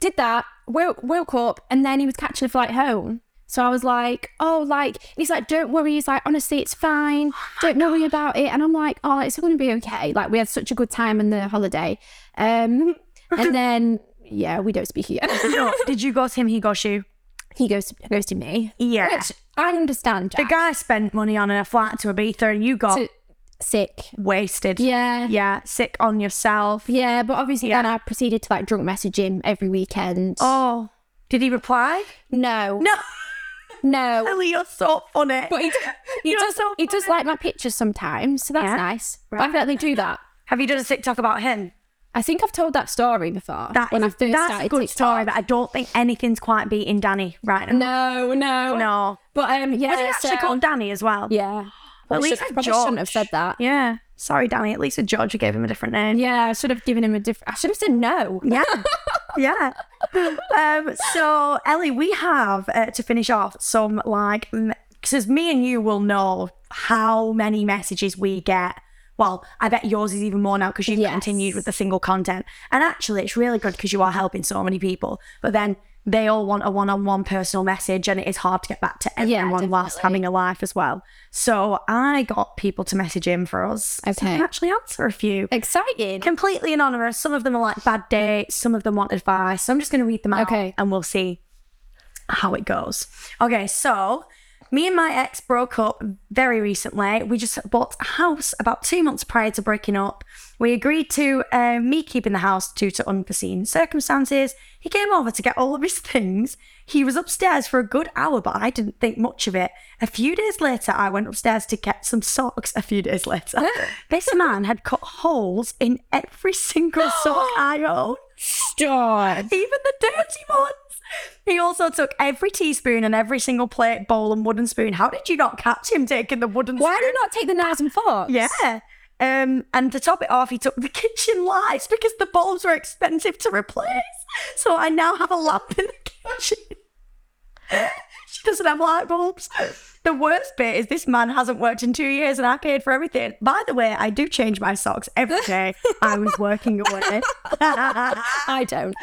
[SPEAKER 2] did that woke, woke up and then he was catching a flight home so i was like oh like and he's like don't worry he's like honestly it's fine
[SPEAKER 1] Oh
[SPEAKER 2] don't worry about it and i'm like oh it's going to be okay like we had such a good time in the holiday um and then yeah we don't speak here
[SPEAKER 1] No, did you ghost him? He ghost you?
[SPEAKER 2] he goes goes to me
[SPEAKER 1] Yeah.
[SPEAKER 2] which i understand
[SPEAKER 1] the
[SPEAKER 2] Jack.
[SPEAKER 1] guy spent money on a flat to Ibiza and you got
[SPEAKER 2] So- sick
[SPEAKER 1] wasted.
[SPEAKER 2] yeah
[SPEAKER 1] Yeah, sick on yourself.
[SPEAKER 2] yeah but obviously then i proceeded to like drunk message him every weekend
[SPEAKER 1] Oh, did he reply?
[SPEAKER 2] no
[SPEAKER 1] No.
[SPEAKER 2] no
[SPEAKER 1] Ellie, you're so funny.
[SPEAKER 2] But he, he
[SPEAKER 1] You're
[SPEAKER 2] does
[SPEAKER 1] so
[SPEAKER 2] he does like my pictures sometimes, so that's
[SPEAKER 1] Yeah.
[SPEAKER 2] nice. I bet they do that.
[SPEAKER 1] Have you done a TikTok about him?
[SPEAKER 2] I think I've told that story before.
[SPEAKER 1] That
[SPEAKER 2] when
[SPEAKER 1] is-
[SPEAKER 2] I first
[SPEAKER 1] that's
[SPEAKER 2] started
[SPEAKER 1] a good
[SPEAKER 2] TikTok.
[SPEAKER 1] story, but I don't think anything's quite beating Danny right now.
[SPEAKER 2] No, no,
[SPEAKER 1] No.
[SPEAKER 2] But um, yeah,
[SPEAKER 1] Was he actually
[SPEAKER 2] so-
[SPEAKER 1] called Danny as well?
[SPEAKER 2] yeah.
[SPEAKER 1] At least
[SPEAKER 2] I
[SPEAKER 1] it's
[SPEAKER 2] probably shouldn't have
[SPEAKER 1] George.
[SPEAKER 2] said that.
[SPEAKER 1] Yeah. Sorry, Danny. At least Georgia gave him a different name.
[SPEAKER 2] Yeah, I should have given him a different. I should have said no.
[SPEAKER 1] Yeah. yeah. Um, so Ellie, we have uh, to finish off some like because me and you will know how many messages we get. Well, I bet yours is even more now because you've
[SPEAKER 2] Yes.
[SPEAKER 1] continued with the single content. And actually, it's really good because you are helping so many people. But then they all want a one-on-one personal message, and it is hard to get back to
[SPEAKER 2] Yeah,
[SPEAKER 1] everyone whilst
[SPEAKER 2] definitely.
[SPEAKER 1] having a life as well. So I got people to message in for us. So I
[SPEAKER 2] Okay.
[SPEAKER 1] can actually answer a few
[SPEAKER 2] Exciting.
[SPEAKER 1] completely anonymous. Some of them are like bad dates, some of them want advice. So I'm just going to read them out
[SPEAKER 2] Okay.
[SPEAKER 1] and we'll see how it goes. Okay, so me and my ex broke up very recently. We just bought a house about two months prior to breaking up. We agreed to uh, me keeping the house due to unforeseen circumstances. He came over to get all of his things. He was upstairs for a good hour, but I didn't think much of it. A few days later, I went upstairs to get some socks. A few days later, this man had cut holes in every single sock I owned
[SPEAKER 2] Stop.
[SPEAKER 1] even the dirty ones. He also took every teaspoon and every single plate, bowl, and wooden spoon. How did you not catch him taking the wooden
[SPEAKER 2] Why do
[SPEAKER 1] spoon?
[SPEAKER 2] you not take the knives and forks?
[SPEAKER 1] Yeah. Um, and to top it off, he took the kitchen lights because the bulbs were expensive to replace. So I now have a lamp in the kitchen. she doesn't have light bulbs. The worst bit is this man hasn't worked in two years and I paid for everything. By the way, I do change my socks every day. I was working away.
[SPEAKER 2] I don't.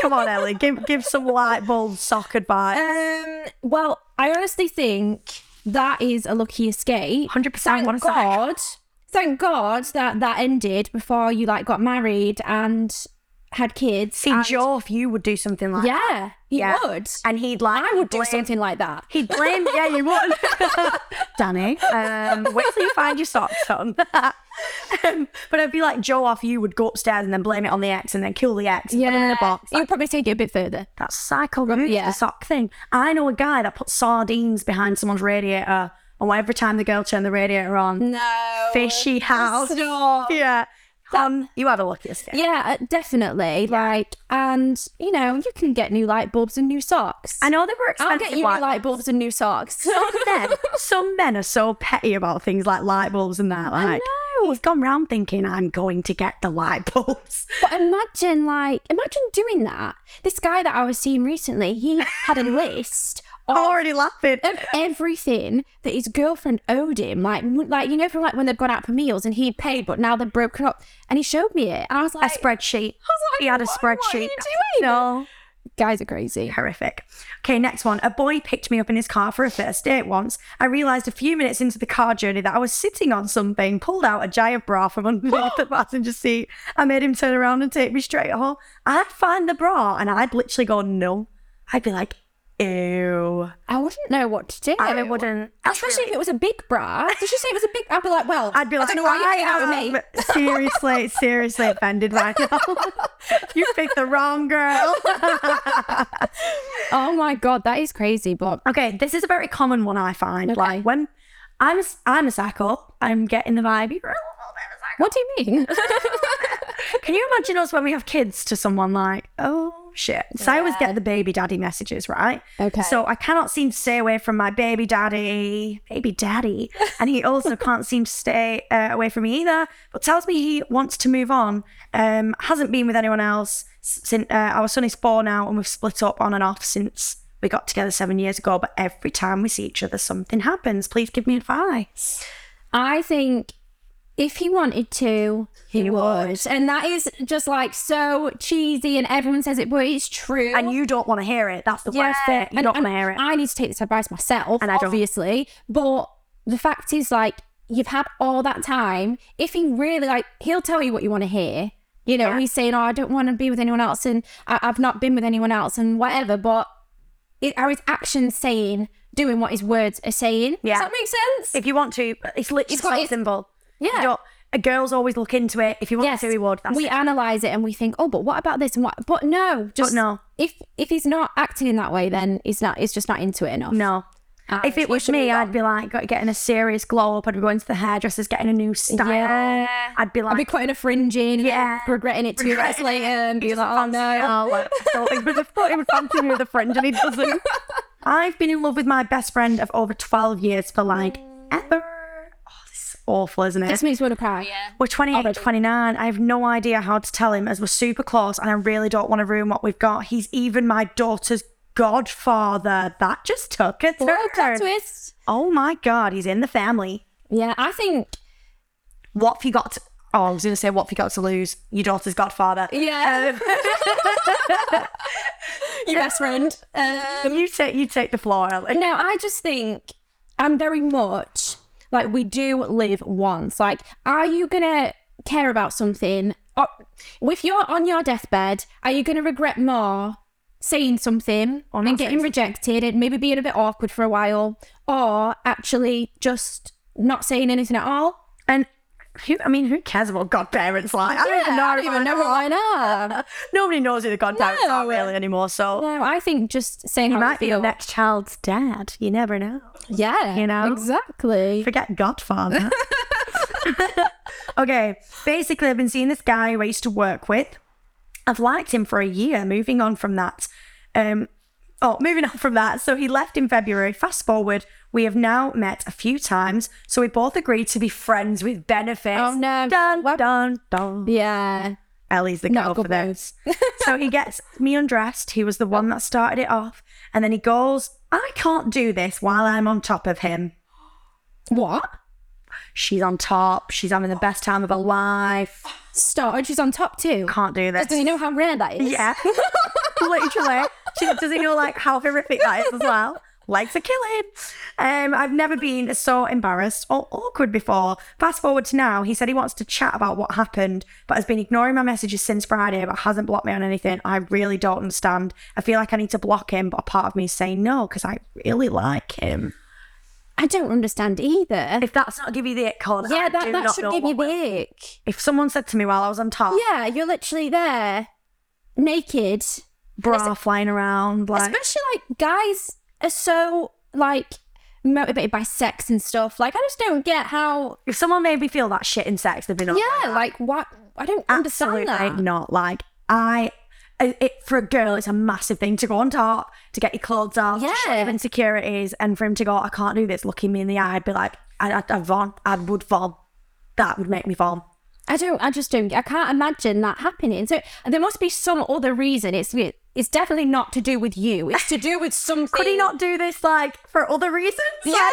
[SPEAKER 1] Come on, Ellie, give give some light bulb sock advice.
[SPEAKER 2] Um, well, I honestly think that is a lucky escape.
[SPEAKER 1] 100% what a
[SPEAKER 2] Thank
[SPEAKER 1] sack.
[SPEAKER 2] God. Thank God that that ended before you like got married and had kids.
[SPEAKER 1] See,
[SPEAKER 2] and-
[SPEAKER 1] Joe, if you would do something like that,
[SPEAKER 2] yeah, you
[SPEAKER 1] Yeah.
[SPEAKER 2] would.
[SPEAKER 1] and he'd like,
[SPEAKER 2] I would do
[SPEAKER 1] blame-
[SPEAKER 2] something like that.
[SPEAKER 1] He'd blame, yeah, you would, Danny. Um, wait till you find your socks on. um, but I'd be like, Joe, off you would go upstairs and then blame it on the ex and then kill the ex. put him in a box.
[SPEAKER 2] you'd probably take it a bit further.
[SPEAKER 1] That's psycho right?
[SPEAKER 2] Yeah.
[SPEAKER 1] the sock thing. I know a guy that put sardines behind someone's radiator, and every time the girl turned the radiator on,
[SPEAKER 2] No,
[SPEAKER 1] fishy house.
[SPEAKER 3] Oh
[SPEAKER 2] Stop.
[SPEAKER 1] Yeah. Um, you had a lucky escape.
[SPEAKER 2] Yeah, uh, definitely. Like, and you know, you can get new light bulbs and new socks.
[SPEAKER 1] I know they were
[SPEAKER 2] I'll
[SPEAKER 1] expensive.
[SPEAKER 2] get you new
[SPEAKER 1] like-
[SPEAKER 2] light bulbs and new socks.
[SPEAKER 1] men, some men are so petty about things like light bulbs and that. Like,
[SPEAKER 2] know.
[SPEAKER 1] we've gone round thinking I'm going to get the light bulbs.
[SPEAKER 2] But imagine, like, imagine doing that. This guy that I was seeing recently, he had a list
[SPEAKER 1] I'm
[SPEAKER 2] of
[SPEAKER 1] already laughing.
[SPEAKER 2] of everything that his girlfriend owed him. Like, m- like you know, from like when they've gone out for meals and he'd paid, but now they're broken up. And he showed me it, and I was
[SPEAKER 1] A
[SPEAKER 2] like,
[SPEAKER 1] spreadsheet.
[SPEAKER 2] was like,
[SPEAKER 1] he had a
[SPEAKER 2] "What-
[SPEAKER 1] spreadsheet.
[SPEAKER 2] what are you doing?
[SPEAKER 1] No,
[SPEAKER 2] "Guys are crazy."
[SPEAKER 1] horrific. Okay, next one. A boy picked me up in his car for a first date once. I realised a few minutes into the car journey that I was sitting on something, pulled out a giant bra from underneath the passenger seat. I made him turn around and take me straight home. I'd find the bra and I'd literally go, no. I'd be like, ew.
[SPEAKER 2] I wouldn't know what to do.
[SPEAKER 1] I wouldn't.
[SPEAKER 2] Especially if it was a big bra. Did you say it was a big? I'd be like, well,
[SPEAKER 1] I'd be like,
[SPEAKER 2] I don't know why you came out with me.
[SPEAKER 1] am seriously, seriously offended right now. you picked the wrong girl.
[SPEAKER 2] Oh my god, that is crazy. But
[SPEAKER 1] Okay, this is a very common one I find.
[SPEAKER 2] Okay.
[SPEAKER 1] Like when I'm a, s- I'm a psycho, I'm getting the vibe. You're a little bit
[SPEAKER 2] what do you mean?
[SPEAKER 1] of a psycho. Can you imagine us when we have kids to someone like, oh shit? So I always get the baby daddy messages, right?
[SPEAKER 2] Okay.
[SPEAKER 1] So I cannot seem to stay away from my baby daddy, baby daddy, and he also can't seem to stay uh, away from me either. But tells me he wants to move on. Um, hasn't been with anyone else since uh, our son is four now, and we've split up on and off since we got together seven years ago. But every time we see each other, something happens. Please give me advice.
[SPEAKER 2] I think if he wanted to, he would. And that is just like so cheesy, and everyone says it, but it's true.
[SPEAKER 1] And you don't want to hear it. That's the worst bit. You
[SPEAKER 2] And-
[SPEAKER 1] don't
[SPEAKER 2] and
[SPEAKER 1] want to hear it.
[SPEAKER 2] I need to take this advice myself,
[SPEAKER 1] And I don't.
[SPEAKER 2] obviously. But the fact is, like, you've had all that time. If he really, like, he'll tell you what you want to hear. You know, he's saying, oh, I don't want to be with anyone else, and I- I've not been with anyone else, and whatever. But it, are his actions saying, doing what his words are saying?
[SPEAKER 1] Yeah.
[SPEAKER 2] Does that make sense?
[SPEAKER 1] If you want to, it's literally
[SPEAKER 2] It's got-
[SPEAKER 1] so simple. You
[SPEAKER 2] Yeah.
[SPEAKER 1] don't- a girl's always look into it. If you want
[SPEAKER 2] Yes,
[SPEAKER 1] to, he would. That's
[SPEAKER 2] we
[SPEAKER 1] it.
[SPEAKER 2] analyze it and we think, oh, but what about this and what? But no, just
[SPEAKER 1] no.
[SPEAKER 2] If if he's not acting in that way, then he's not. He's just not into it enough.
[SPEAKER 1] No.
[SPEAKER 2] And
[SPEAKER 1] If it
[SPEAKER 2] you
[SPEAKER 1] was
[SPEAKER 2] Ah, should
[SPEAKER 1] me,
[SPEAKER 2] move
[SPEAKER 1] I'd
[SPEAKER 2] on.
[SPEAKER 1] be like got- getting a serious glow up. I'd be going to the hairdressers, getting a new style.
[SPEAKER 2] Yeah.
[SPEAKER 1] I'd be like,
[SPEAKER 2] I'd be putting a fringe in,
[SPEAKER 1] Yeah.
[SPEAKER 2] yeah, regretting it two years
[SPEAKER 1] Regretting
[SPEAKER 2] later, and be like, oh no.
[SPEAKER 1] oh, like, I thought he was, I thought he was fancy me with a friend, and he doesn't. I've been in love with my best friend of over twelve years for like ever. Oh, this is awful, isn't it?
[SPEAKER 2] This makes me want to cry.
[SPEAKER 4] Yeah.
[SPEAKER 1] We're
[SPEAKER 2] Oh,
[SPEAKER 1] 28, 29. I have no idea how to tell him as we're super close and I really don't want to ruin what we've got. He's even my daughter's godfather. That just took a turn.
[SPEAKER 2] Oh, plot twist.
[SPEAKER 1] Oh my God, he's in the family.
[SPEAKER 2] Yeah, I think.
[SPEAKER 1] What have you got to... Oh, I was going to say, what have you got to lose? Your daughter's godfather.
[SPEAKER 2] Yeah.
[SPEAKER 1] Um.
[SPEAKER 2] Your best friend. Um,
[SPEAKER 1] You take you take the floor, Ellie.
[SPEAKER 2] No, I just think I'm very much like we do live once. Like, are you gonna care about something? Or, if you're on your deathbed, are you gonna regret more saying something
[SPEAKER 1] Or Oh, not
[SPEAKER 2] and getting rejected and maybe being a bit awkward for a while, or actually just not saying anything at all?
[SPEAKER 1] And who, I mean, who cares about godparents? Like, I don't even know.
[SPEAKER 2] I don't
[SPEAKER 1] if
[SPEAKER 2] even know what I know.
[SPEAKER 1] Nobody knows who the godparents
[SPEAKER 2] No.
[SPEAKER 1] are really anymore. So
[SPEAKER 2] No, I think just saying how you
[SPEAKER 1] might be the
[SPEAKER 2] feel.
[SPEAKER 1] next child's dad. You never know.
[SPEAKER 2] yeah,
[SPEAKER 1] you know?
[SPEAKER 2] exactly.
[SPEAKER 1] Forget Godfather. okay, basically, I've been seeing this guy who I used to work with. I've liked him for a year. Moving on from that, um, oh, moving on from that. So he left in February. Fast forward, we have now met a few times. So we both agreed to be friends with benefits.
[SPEAKER 2] Oh, no.
[SPEAKER 1] Dun
[SPEAKER 2] What?
[SPEAKER 1] dun dun.
[SPEAKER 2] yeah,
[SPEAKER 1] Ellie's the
[SPEAKER 2] Not
[SPEAKER 1] girl
[SPEAKER 2] a good
[SPEAKER 1] for this. so he gets me undressed. He was the one that started it off, and then he goes, "I can't do this while I'm on top of him."
[SPEAKER 2] what?
[SPEAKER 1] She's on top. She's having the best time of her life.
[SPEAKER 2] Started. She's on top too.
[SPEAKER 1] Can't do this.
[SPEAKER 2] Do you know how rare that is?
[SPEAKER 1] Yeah. Literally. She does he know like how horrific that is as well. Likes a killing. Um, I've never been so embarrassed or awkward before. Fast forward to now, he said he wants to chat about what happened, but has been ignoring my messages since Friday, but hasn't blocked me on anything. I really don't understand. I feel like I need to block him, but a part of me is saying no because I really like him.
[SPEAKER 2] I don't understand either.
[SPEAKER 1] If that's not give you the ick, Colin, I
[SPEAKER 2] yeah,
[SPEAKER 1] do
[SPEAKER 2] that, that
[SPEAKER 1] not
[SPEAKER 2] should
[SPEAKER 1] know
[SPEAKER 2] give
[SPEAKER 1] what
[SPEAKER 2] you
[SPEAKER 1] will.
[SPEAKER 2] the ick.
[SPEAKER 1] If someone said to me while I was on top,
[SPEAKER 2] Yeah, you're literally there, naked.
[SPEAKER 1] bra flying around, like
[SPEAKER 2] Especially like guys are so like motivated by sex and stuff. Like I just don't get how.
[SPEAKER 1] if someone made me feel that shit in sex, they'd be not.
[SPEAKER 2] Yeah, like what? I don't
[SPEAKER 1] absolutely
[SPEAKER 2] understand that.
[SPEAKER 1] not. Like I, I- it, for a girl, it's a massive thing to go on top, to get your clothes off, to show
[SPEAKER 2] Yeah.
[SPEAKER 1] your insecurities, and for him to go, I can't do this, looking me in the eye, I'd be like, I, I, I, vom- I would vom. That would make me vom.
[SPEAKER 2] I don't. I just don't. I can't imagine that happening. So there must be some other reason. It's it's definitely not to do with you. It's to do with something.
[SPEAKER 1] Could he not do this like for other reasons?
[SPEAKER 2] Yeah,
[SPEAKER 1] Like,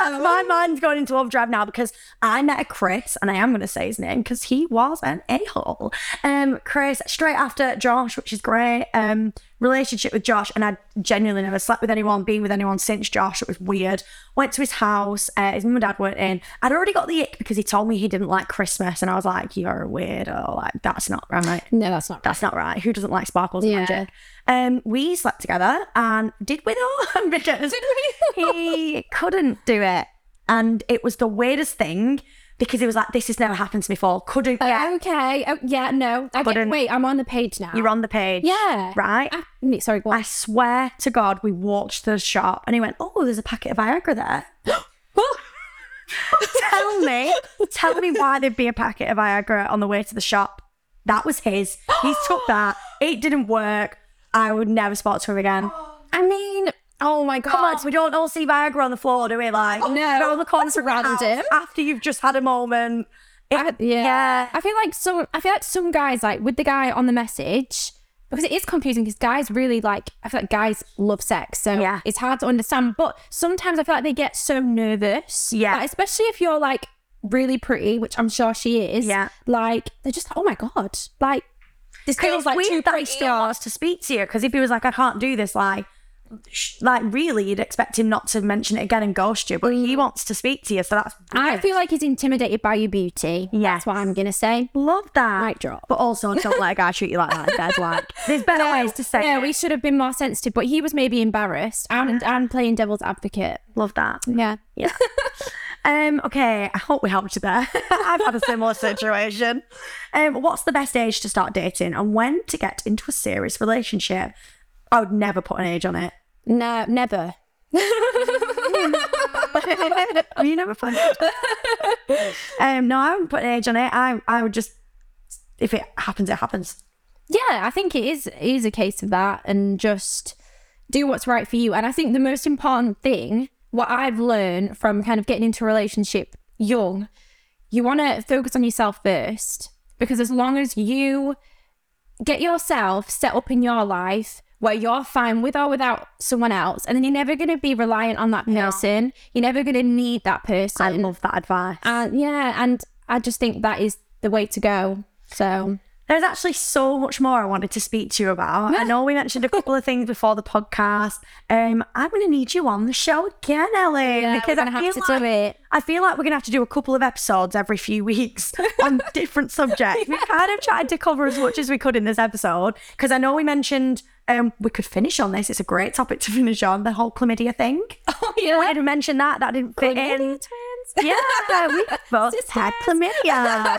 [SPEAKER 2] I know.
[SPEAKER 1] My mind's going into overdrive now because I met a Chris, and I am going to say his name because he was an a hole. Um, Chris, straight after Josh, which is great. Um, relationship with Josh, and I genuinely never slept with anyone, been with anyone since Josh. It was weird. Went to his house. Uh, his mum and dad weren't in. I'd already got the ick because he told me he didn't like Christmas, and I was like, "You're a weirdo. Like that's not right."
[SPEAKER 2] No, that's not.
[SPEAKER 1] That's not right. Who doesn't like sparkles
[SPEAKER 2] Yeah.
[SPEAKER 1] and magic? Um, we slept together and did with all because he couldn't do it. And it was the weirdest thing because he was like, This has never happened to me before. Couldn't get
[SPEAKER 2] Okay. Oh, yeah. No. I get,
[SPEAKER 1] Couldn't-
[SPEAKER 2] wait, I'm on the page now.
[SPEAKER 1] you're on the page.
[SPEAKER 2] Yeah.
[SPEAKER 1] Right?
[SPEAKER 2] Ah, sorry. Go on.
[SPEAKER 1] I swear to God, we walked to the shop and he went, Oh, there's a packet of Viagra there. tell me, tell me why there'd be a packet of Viagra on the way to the shop. That was his. He took that. It didn't work. I would never spot to him again.
[SPEAKER 2] I mean, oh my god.
[SPEAKER 1] Come on, we don't all see Viagra on the floor, do we? Like,
[SPEAKER 2] no.
[SPEAKER 1] they're on the corner
[SPEAKER 2] That's
[SPEAKER 1] of the house
[SPEAKER 2] random.
[SPEAKER 1] after you've just had a moment. It-
[SPEAKER 2] I- yeah. I feel like some. I feel like some guys like with the guy on the message because it is confusing because guys really like. I feel like guys love sex, so
[SPEAKER 1] Yeah.
[SPEAKER 2] it's hard to understand. But sometimes I feel like they get so nervous.
[SPEAKER 1] Yeah.
[SPEAKER 2] Like, especially if you're like really pretty, which I'm sure she is.
[SPEAKER 1] Yeah.
[SPEAKER 2] Like they're just like, oh my god, like this
[SPEAKER 1] It's
[SPEAKER 2] feels like
[SPEAKER 1] weird
[SPEAKER 2] too
[SPEAKER 1] that he
[SPEAKER 2] pretty.
[SPEAKER 1] still wants to speak to you because if he was like, I can't do this, like, sh- like really, you'd expect him not to mention it again and ghost you, but he
[SPEAKER 2] Mm.
[SPEAKER 1] wants to speak to you, so that's
[SPEAKER 2] I feel like he's intimidated by your beauty.
[SPEAKER 1] Yes.
[SPEAKER 2] That's what I'm gonna say.
[SPEAKER 1] love that.
[SPEAKER 2] Mic drop.
[SPEAKER 1] But also, don't let a guy treat you like that. There's like, there's better ways to say.
[SPEAKER 2] Yeah,
[SPEAKER 1] it.
[SPEAKER 2] we should have been more sensitive, but he was maybe embarrassed and and playing devil's advocate.
[SPEAKER 1] love that.
[SPEAKER 2] Yeah.
[SPEAKER 1] Yeah. um. Okay. I hope we helped you there. I've had a similar situation. Um. What's the best age to start dating, and when to get into a serious relationship? I would never put an age on it.
[SPEAKER 2] No, never. Oh,
[SPEAKER 1] you never find it. um, no, I wouldn't put an age on it. I I would just if it happens, it happens.
[SPEAKER 2] Yeah, I think it is it is a case of that and just do what's right for you. And I think the most important thing, what I've learned from kind of getting into a relationship young, you want to focus on yourself first because as long as you get yourself set up in your life where you're fine with or without someone else, and then you're never going to be reliant on that person. You're never going to need that person.
[SPEAKER 1] I love that advice.
[SPEAKER 2] Uh, yeah, and I just think that is the way to go. So
[SPEAKER 1] There's actually so much more I wanted to speak to you about. I know we mentioned a couple of things before the podcast. Um, I'm going to need you on the show again, Ellie,
[SPEAKER 2] Yeah, we're gonna
[SPEAKER 1] I
[SPEAKER 2] have
[SPEAKER 1] feel
[SPEAKER 2] to do
[SPEAKER 1] like,
[SPEAKER 2] it.
[SPEAKER 1] I feel like we're going to have to do a couple of episodes every few weeks on different subjects. We kind of tried to cover as much as we could in this episode because I know we mentioned um, we could finish on this. It's a great topic to finish on the whole chlamydia thing.
[SPEAKER 2] oh, yeah,
[SPEAKER 1] I had mentioned that. That didn't fit in. Yeah, we both had chlamydia.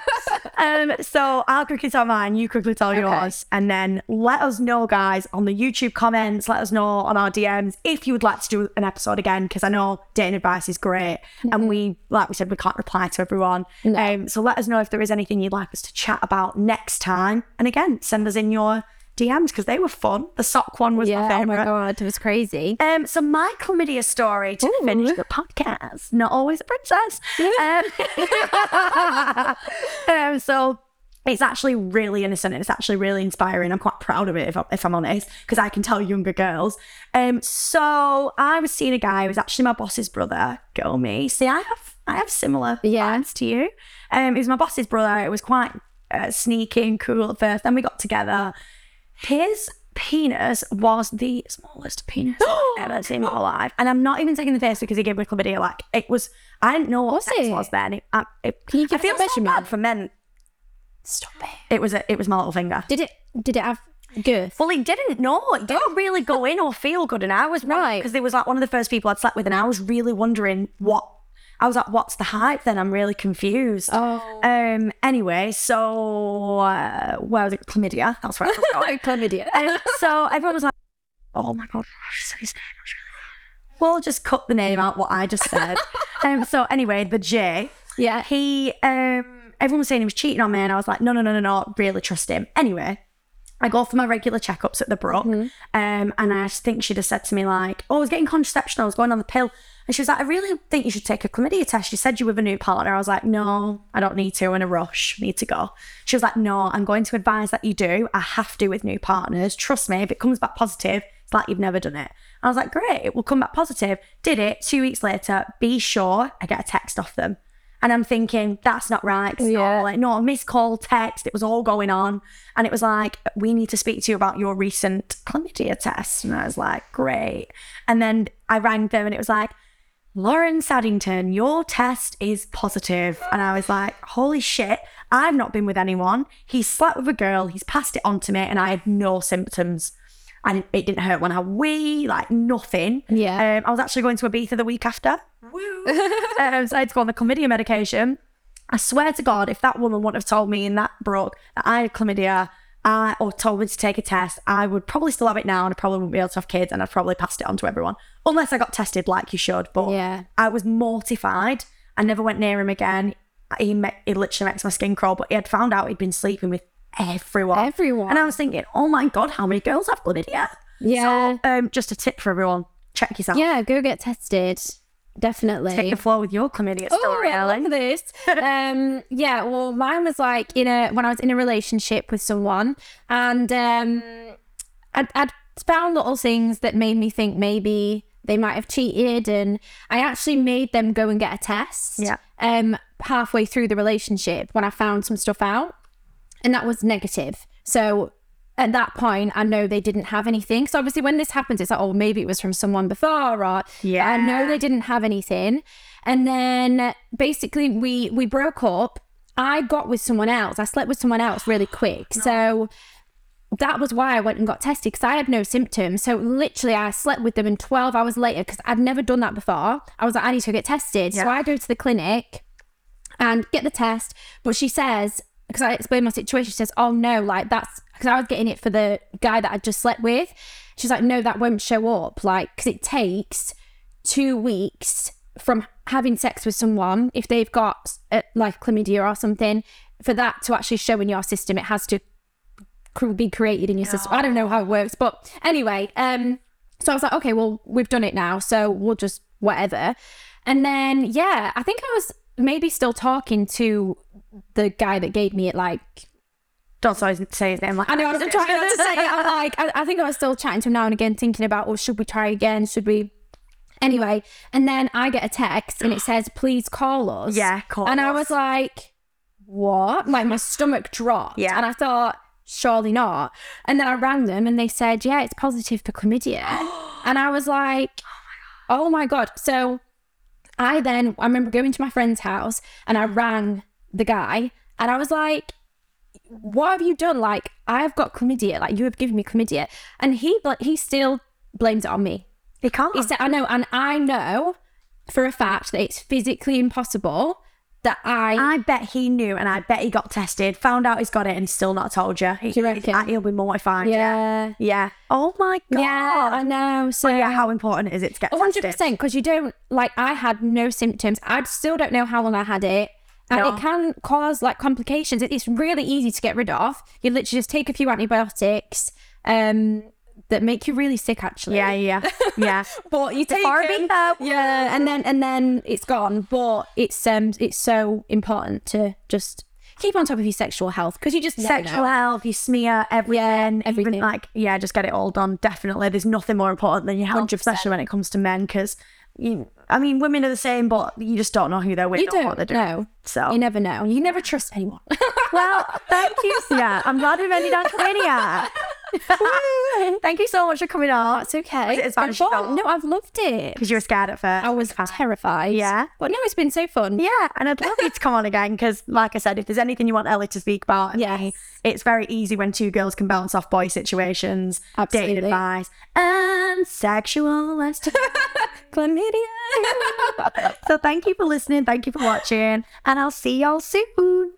[SPEAKER 1] um, so I'll quickly tell mine, you quickly tell yours, and then let us know, guys, on the YouTube comments. Let us know on our DMs if you would like to do an episode again, because I know dating advice is great,
[SPEAKER 2] Mm-hmm.
[SPEAKER 1] and we, like we said, we can't reply to everyone. Um, so let us know if there is anything you'd like us to chat about next time, and again, send us in your DMs because they were fun. The sock one was my
[SPEAKER 2] yeah. Oh
[SPEAKER 1] favorite.
[SPEAKER 2] my god, it was crazy.
[SPEAKER 1] Um, so my chlamydia story to finish the podcast. Not always a princess. Um, um, so it's actually really innocent and it's actually really inspiring. I'm quite proud of it, if, I, if I'm honest, because I can tell younger girls. Um, so I was seeing a guy who was actually my boss's brother. Go me. See, I have I have similar
[SPEAKER 2] Yeah.
[SPEAKER 1] vibes to you. Um, he was my boss's brother. It was quite uh, sneaky and cool at first. Then we got together. His penis was the smallest penis I've ever seen in my life. And I'm not even taking the face because he gave me chlamydia. Like, it was, I didn't know what
[SPEAKER 2] Was
[SPEAKER 1] sex
[SPEAKER 2] it?
[SPEAKER 1] was then. It, I, it,
[SPEAKER 2] Can you give
[SPEAKER 1] I
[SPEAKER 2] us
[SPEAKER 1] feel
[SPEAKER 2] a
[SPEAKER 1] so bad
[SPEAKER 2] measurement?
[SPEAKER 1] for men.
[SPEAKER 2] Stop it.
[SPEAKER 1] It was, a, it was my little finger.
[SPEAKER 2] Did it? Did it have girth?
[SPEAKER 1] Well, he didn't know. It didn't really go in or feel good. And I was
[SPEAKER 2] Right.
[SPEAKER 1] Because it was like one of the first people I'd slept with. And I was really wondering what, I was like, what's the hype then? I'm really confused.
[SPEAKER 2] Oh.
[SPEAKER 1] Um. Anyway, so uh, where was it? Chlamydia. That's where I was going.
[SPEAKER 2] chlamydia.
[SPEAKER 1] Um, so everyone was like, "Oh my god, she said his name." It was really bad." Well, just cut the name out. What I just said. um. So anyway, the J.
[SPEAKER 2] Yeah.
[SPEAKER 1] He. Um. Everyone was saying he was cheating on me, and I was like, "No, no, no, no, no. Really trust him." Anyway. I go for my regular checkups at the Brook, um, and I think she'd have said to me like, "Oh, I was getting contraception. I was going on the pill." And she was like, "I really think you should take a chlamydia test. You said you were with a new partner." I was like, "No, I don't need to. I'm in a rush. I need to go." She was like, "No, I'm going to advise that you do. I have to with new partners. Trust me. If it comes back positive, it's like you've never done it." I was like, "Great. It will come back positive." Did it. Two weeks later, be sure I get a text off them. And I'm thinking, that's not right. 'cause it's not
[SPEAKER 2] Yeah.
[SPEAKER 1] like no a missed call, text. It was all going on, and it was like, we need to speak to you about your recent chlamydia test. And I was like, great. And then I rang them, and it was like, Lauren Saddington, your test is positive. And I was like, holy shit, I've not been with anyone. He slept with a girl. He's passed it on to me, and I had no symptoms. I didn't, it didn't hurt when I wee, like nothing.
[SPEAKER 2] Yeah.
[SPEAKER 1] Um, I was actually going to Ibiza the week after. Woo. um, so I had to go on the chlamydia medication. I swear to God, if that woman wouldn't have told me in that brook that I had chlamydia, I, or told me to take a test, I would probably still have it now and I probably wouldn't be able to have kids and I'd probably passed it on to everyone. Unless I got tested like you should. But
[SPEAKER 2] Yeah.
[SPEAKER 1] I was mortified. I never went near him again. He, ma- he literally makes my skin crawl, but he had found out he'd been sleeping with everyone.
[SPEAKER 2] Everyone.
[SPEAKER 1] And I was thinking, oh my God, how many girls have chlamydia?
[SPEAKER 2] Yeah.
[SPEAKER 1] Um, just a tip for everyone check yourself.
[SPEAKER 2] yeah. Go get tested. Definitely.
[SPEAKER 1] Take the floor with your chlamydia
[SPEAKER 2] Oh,
[SPEAKER 1] story,
[SPEAKER 2] I
[SPEAKER 1] Ellen.
[SPEAKER 2] love this. um, yeah, well, mine was like in a when I was in a relationship with someone, and um, I'd, I'd found little things that made me think maybe they might have cheated, and I actually made them go and get a test.
[SPEAKER 1] Yeah.
[SPEAKER 2] Um, halfway through the relationship, when I found some stuff out, and that was negative. So at that point, I know they didn't have anything. So obviously, when this happens, it's like, oh, maybe it was from someone before, or
[SPEAKER 1] Yeah.
[SPEAKER 2] I know they didn't have anything. And then basically, we we broke up. I got with someone else. I slept with someone else really quick. So that was why I went and got tested because I had no symptoms. So literally, I slept with them, and 12 hours later, because I'd never done that before, I was like, I need to get tested. So
[SPEAKER 1] Yeah.
[SPEAKER 2] I go to the clinic and get the test. But she says, because I explained my situation, she says, Oh no, like that's because I was getting it for the guy that I just slept with. She's like, No, that won't show up. Like, because it takes two weeks from having sex with someone, if they've got uh, like chlamydia or something, for that to actually show in your system, it has to cr- be created in your system. I don't know how it works, but anyway, um, so I was like, okay, well, we've done it now, so we'll just whatever. And then yeah, I think I was maybe still talking to the guy that gave me it. Like,
[SPEAKER 1] Don't say his- say his name. Like,
[SPEAKER 2] I know I'm trying not to say. it. I'm like, I, I think I was still chatting to him now and again, thinking about, well, should we try again? Should we? Anyway, and then I get a text and it says, please call us.
[SPEAKER 1] Yeah, call
[SPEAKER 2] And I
[SPEAKER 1] us.
[SPEAKER 2] was like, what? Like my stomach dropped.
[SPEAKER 1] Yeah.
[SPEAKER 2] And I thought, surely not. And then I rang them and they said, yeah, it's positive for chlamydia. and I was like, oh my God. So I then, I remember going to my friend's house and I rang the guy and I was like, what have you done? Like, I've got chlamydia. Like, you have given me chlamydia. And he, bl- he still blames it on me.
[SPEAKER 1] He can't.
[SPEAKER 2] He said, I know, and I know for a fact that it's physically impossible that I.
[SPEAKER 1] I bet he knew, and I bet he got tested, found out he's got it, and he's still not told you. He,
[SPEAKER 2] Do you reckon?
[SPEAKER 1] he- He'll be mortified.
[SPEAKER 2] yeah.
[SPEAKER 1] Yeah. Oh my god.
[SPEAKER 2] Yeah, I know. So,
[SPEAKER 1] Yeah. How important is it to get
[SPEAKER 2] hundred
[SPEAKER 1] tested?
[SPEAKER 2] percent because you don't like. I had no symptoms. I still don't know how long I had it, and
[SPEAKER 1] No.
[SPEAKER 2] it can cause like complications. It- It's really easy to get rid of. You literally just take a few antibiotics um, that make you really sick. Actually,
[SPEAKER 1] Yeah. Yeah. Yeah.
[SPEAKER 2] but you take
[SPEAKER 1] far
[SPEAKER 2] them,
[SPEAKER 1] be that.
[SPEAKER 2] yeah, and then and then it's gone. But it's um, it's so important to just keep on top of your sexual health because you just never
[SPEAKER 1] Sexual
[SPEAKER 2] know.
[SPEAKER 1] health, you smear everything, even,
[SPEAKER 2] everything.
[SPEAKER 1] like yeah, just get it all done. Definitely, there's nothing more important than your health, especially when it comes to men, because you, I mean, women are the same, but you just don't know who they're with
[SPEAKER 2] You
[SPEAKER 1] or
[SPEAKER 2] don't
[SPEAKER 1] what they're doing.
[SPEAKER 2] know.
[SPEAKER 1] So
[SPEAKER 2] You never know. You never trust anyone.
[SPEAKER 1] Well, thank you. Yeah, I'm glad we've ended on chlamydia. thank you so much for coming on.
[SPEAKER 2] That's okay.
[SPEAKER 1] it as bad as
[SPEAKER 2] It's
[SPEAKER 1] you
[SPEAKER 2] been fun.
[SPEAKER 1] thought?
[SPEAKER 2] No, I've loved it.
[SPEAKER 1] Because you were scared at first.
[SPEAKER 2] I was terrified.
[SPEAKER 1] Yeah.
[SPEAKER 2] But no, it's been so fun.
[SPEAKER 1] Yeah, and I'd love you to come on again because, like I said, if there's anything you want Ellie to speak about, and
[SPEAKER 2] Yes.
[SPEAKER 1] me, it's very easy when two girls can bounce off boy situations,
[SPEAKER 2] Absolutely.
[SPEAKER 1] dating advice, and sexual. estimate.
[SPEAKER 2] Chlamydia.
[SPEAKER 1] so, thank you for listening. Thank you for watching, and I'll see y'all soon.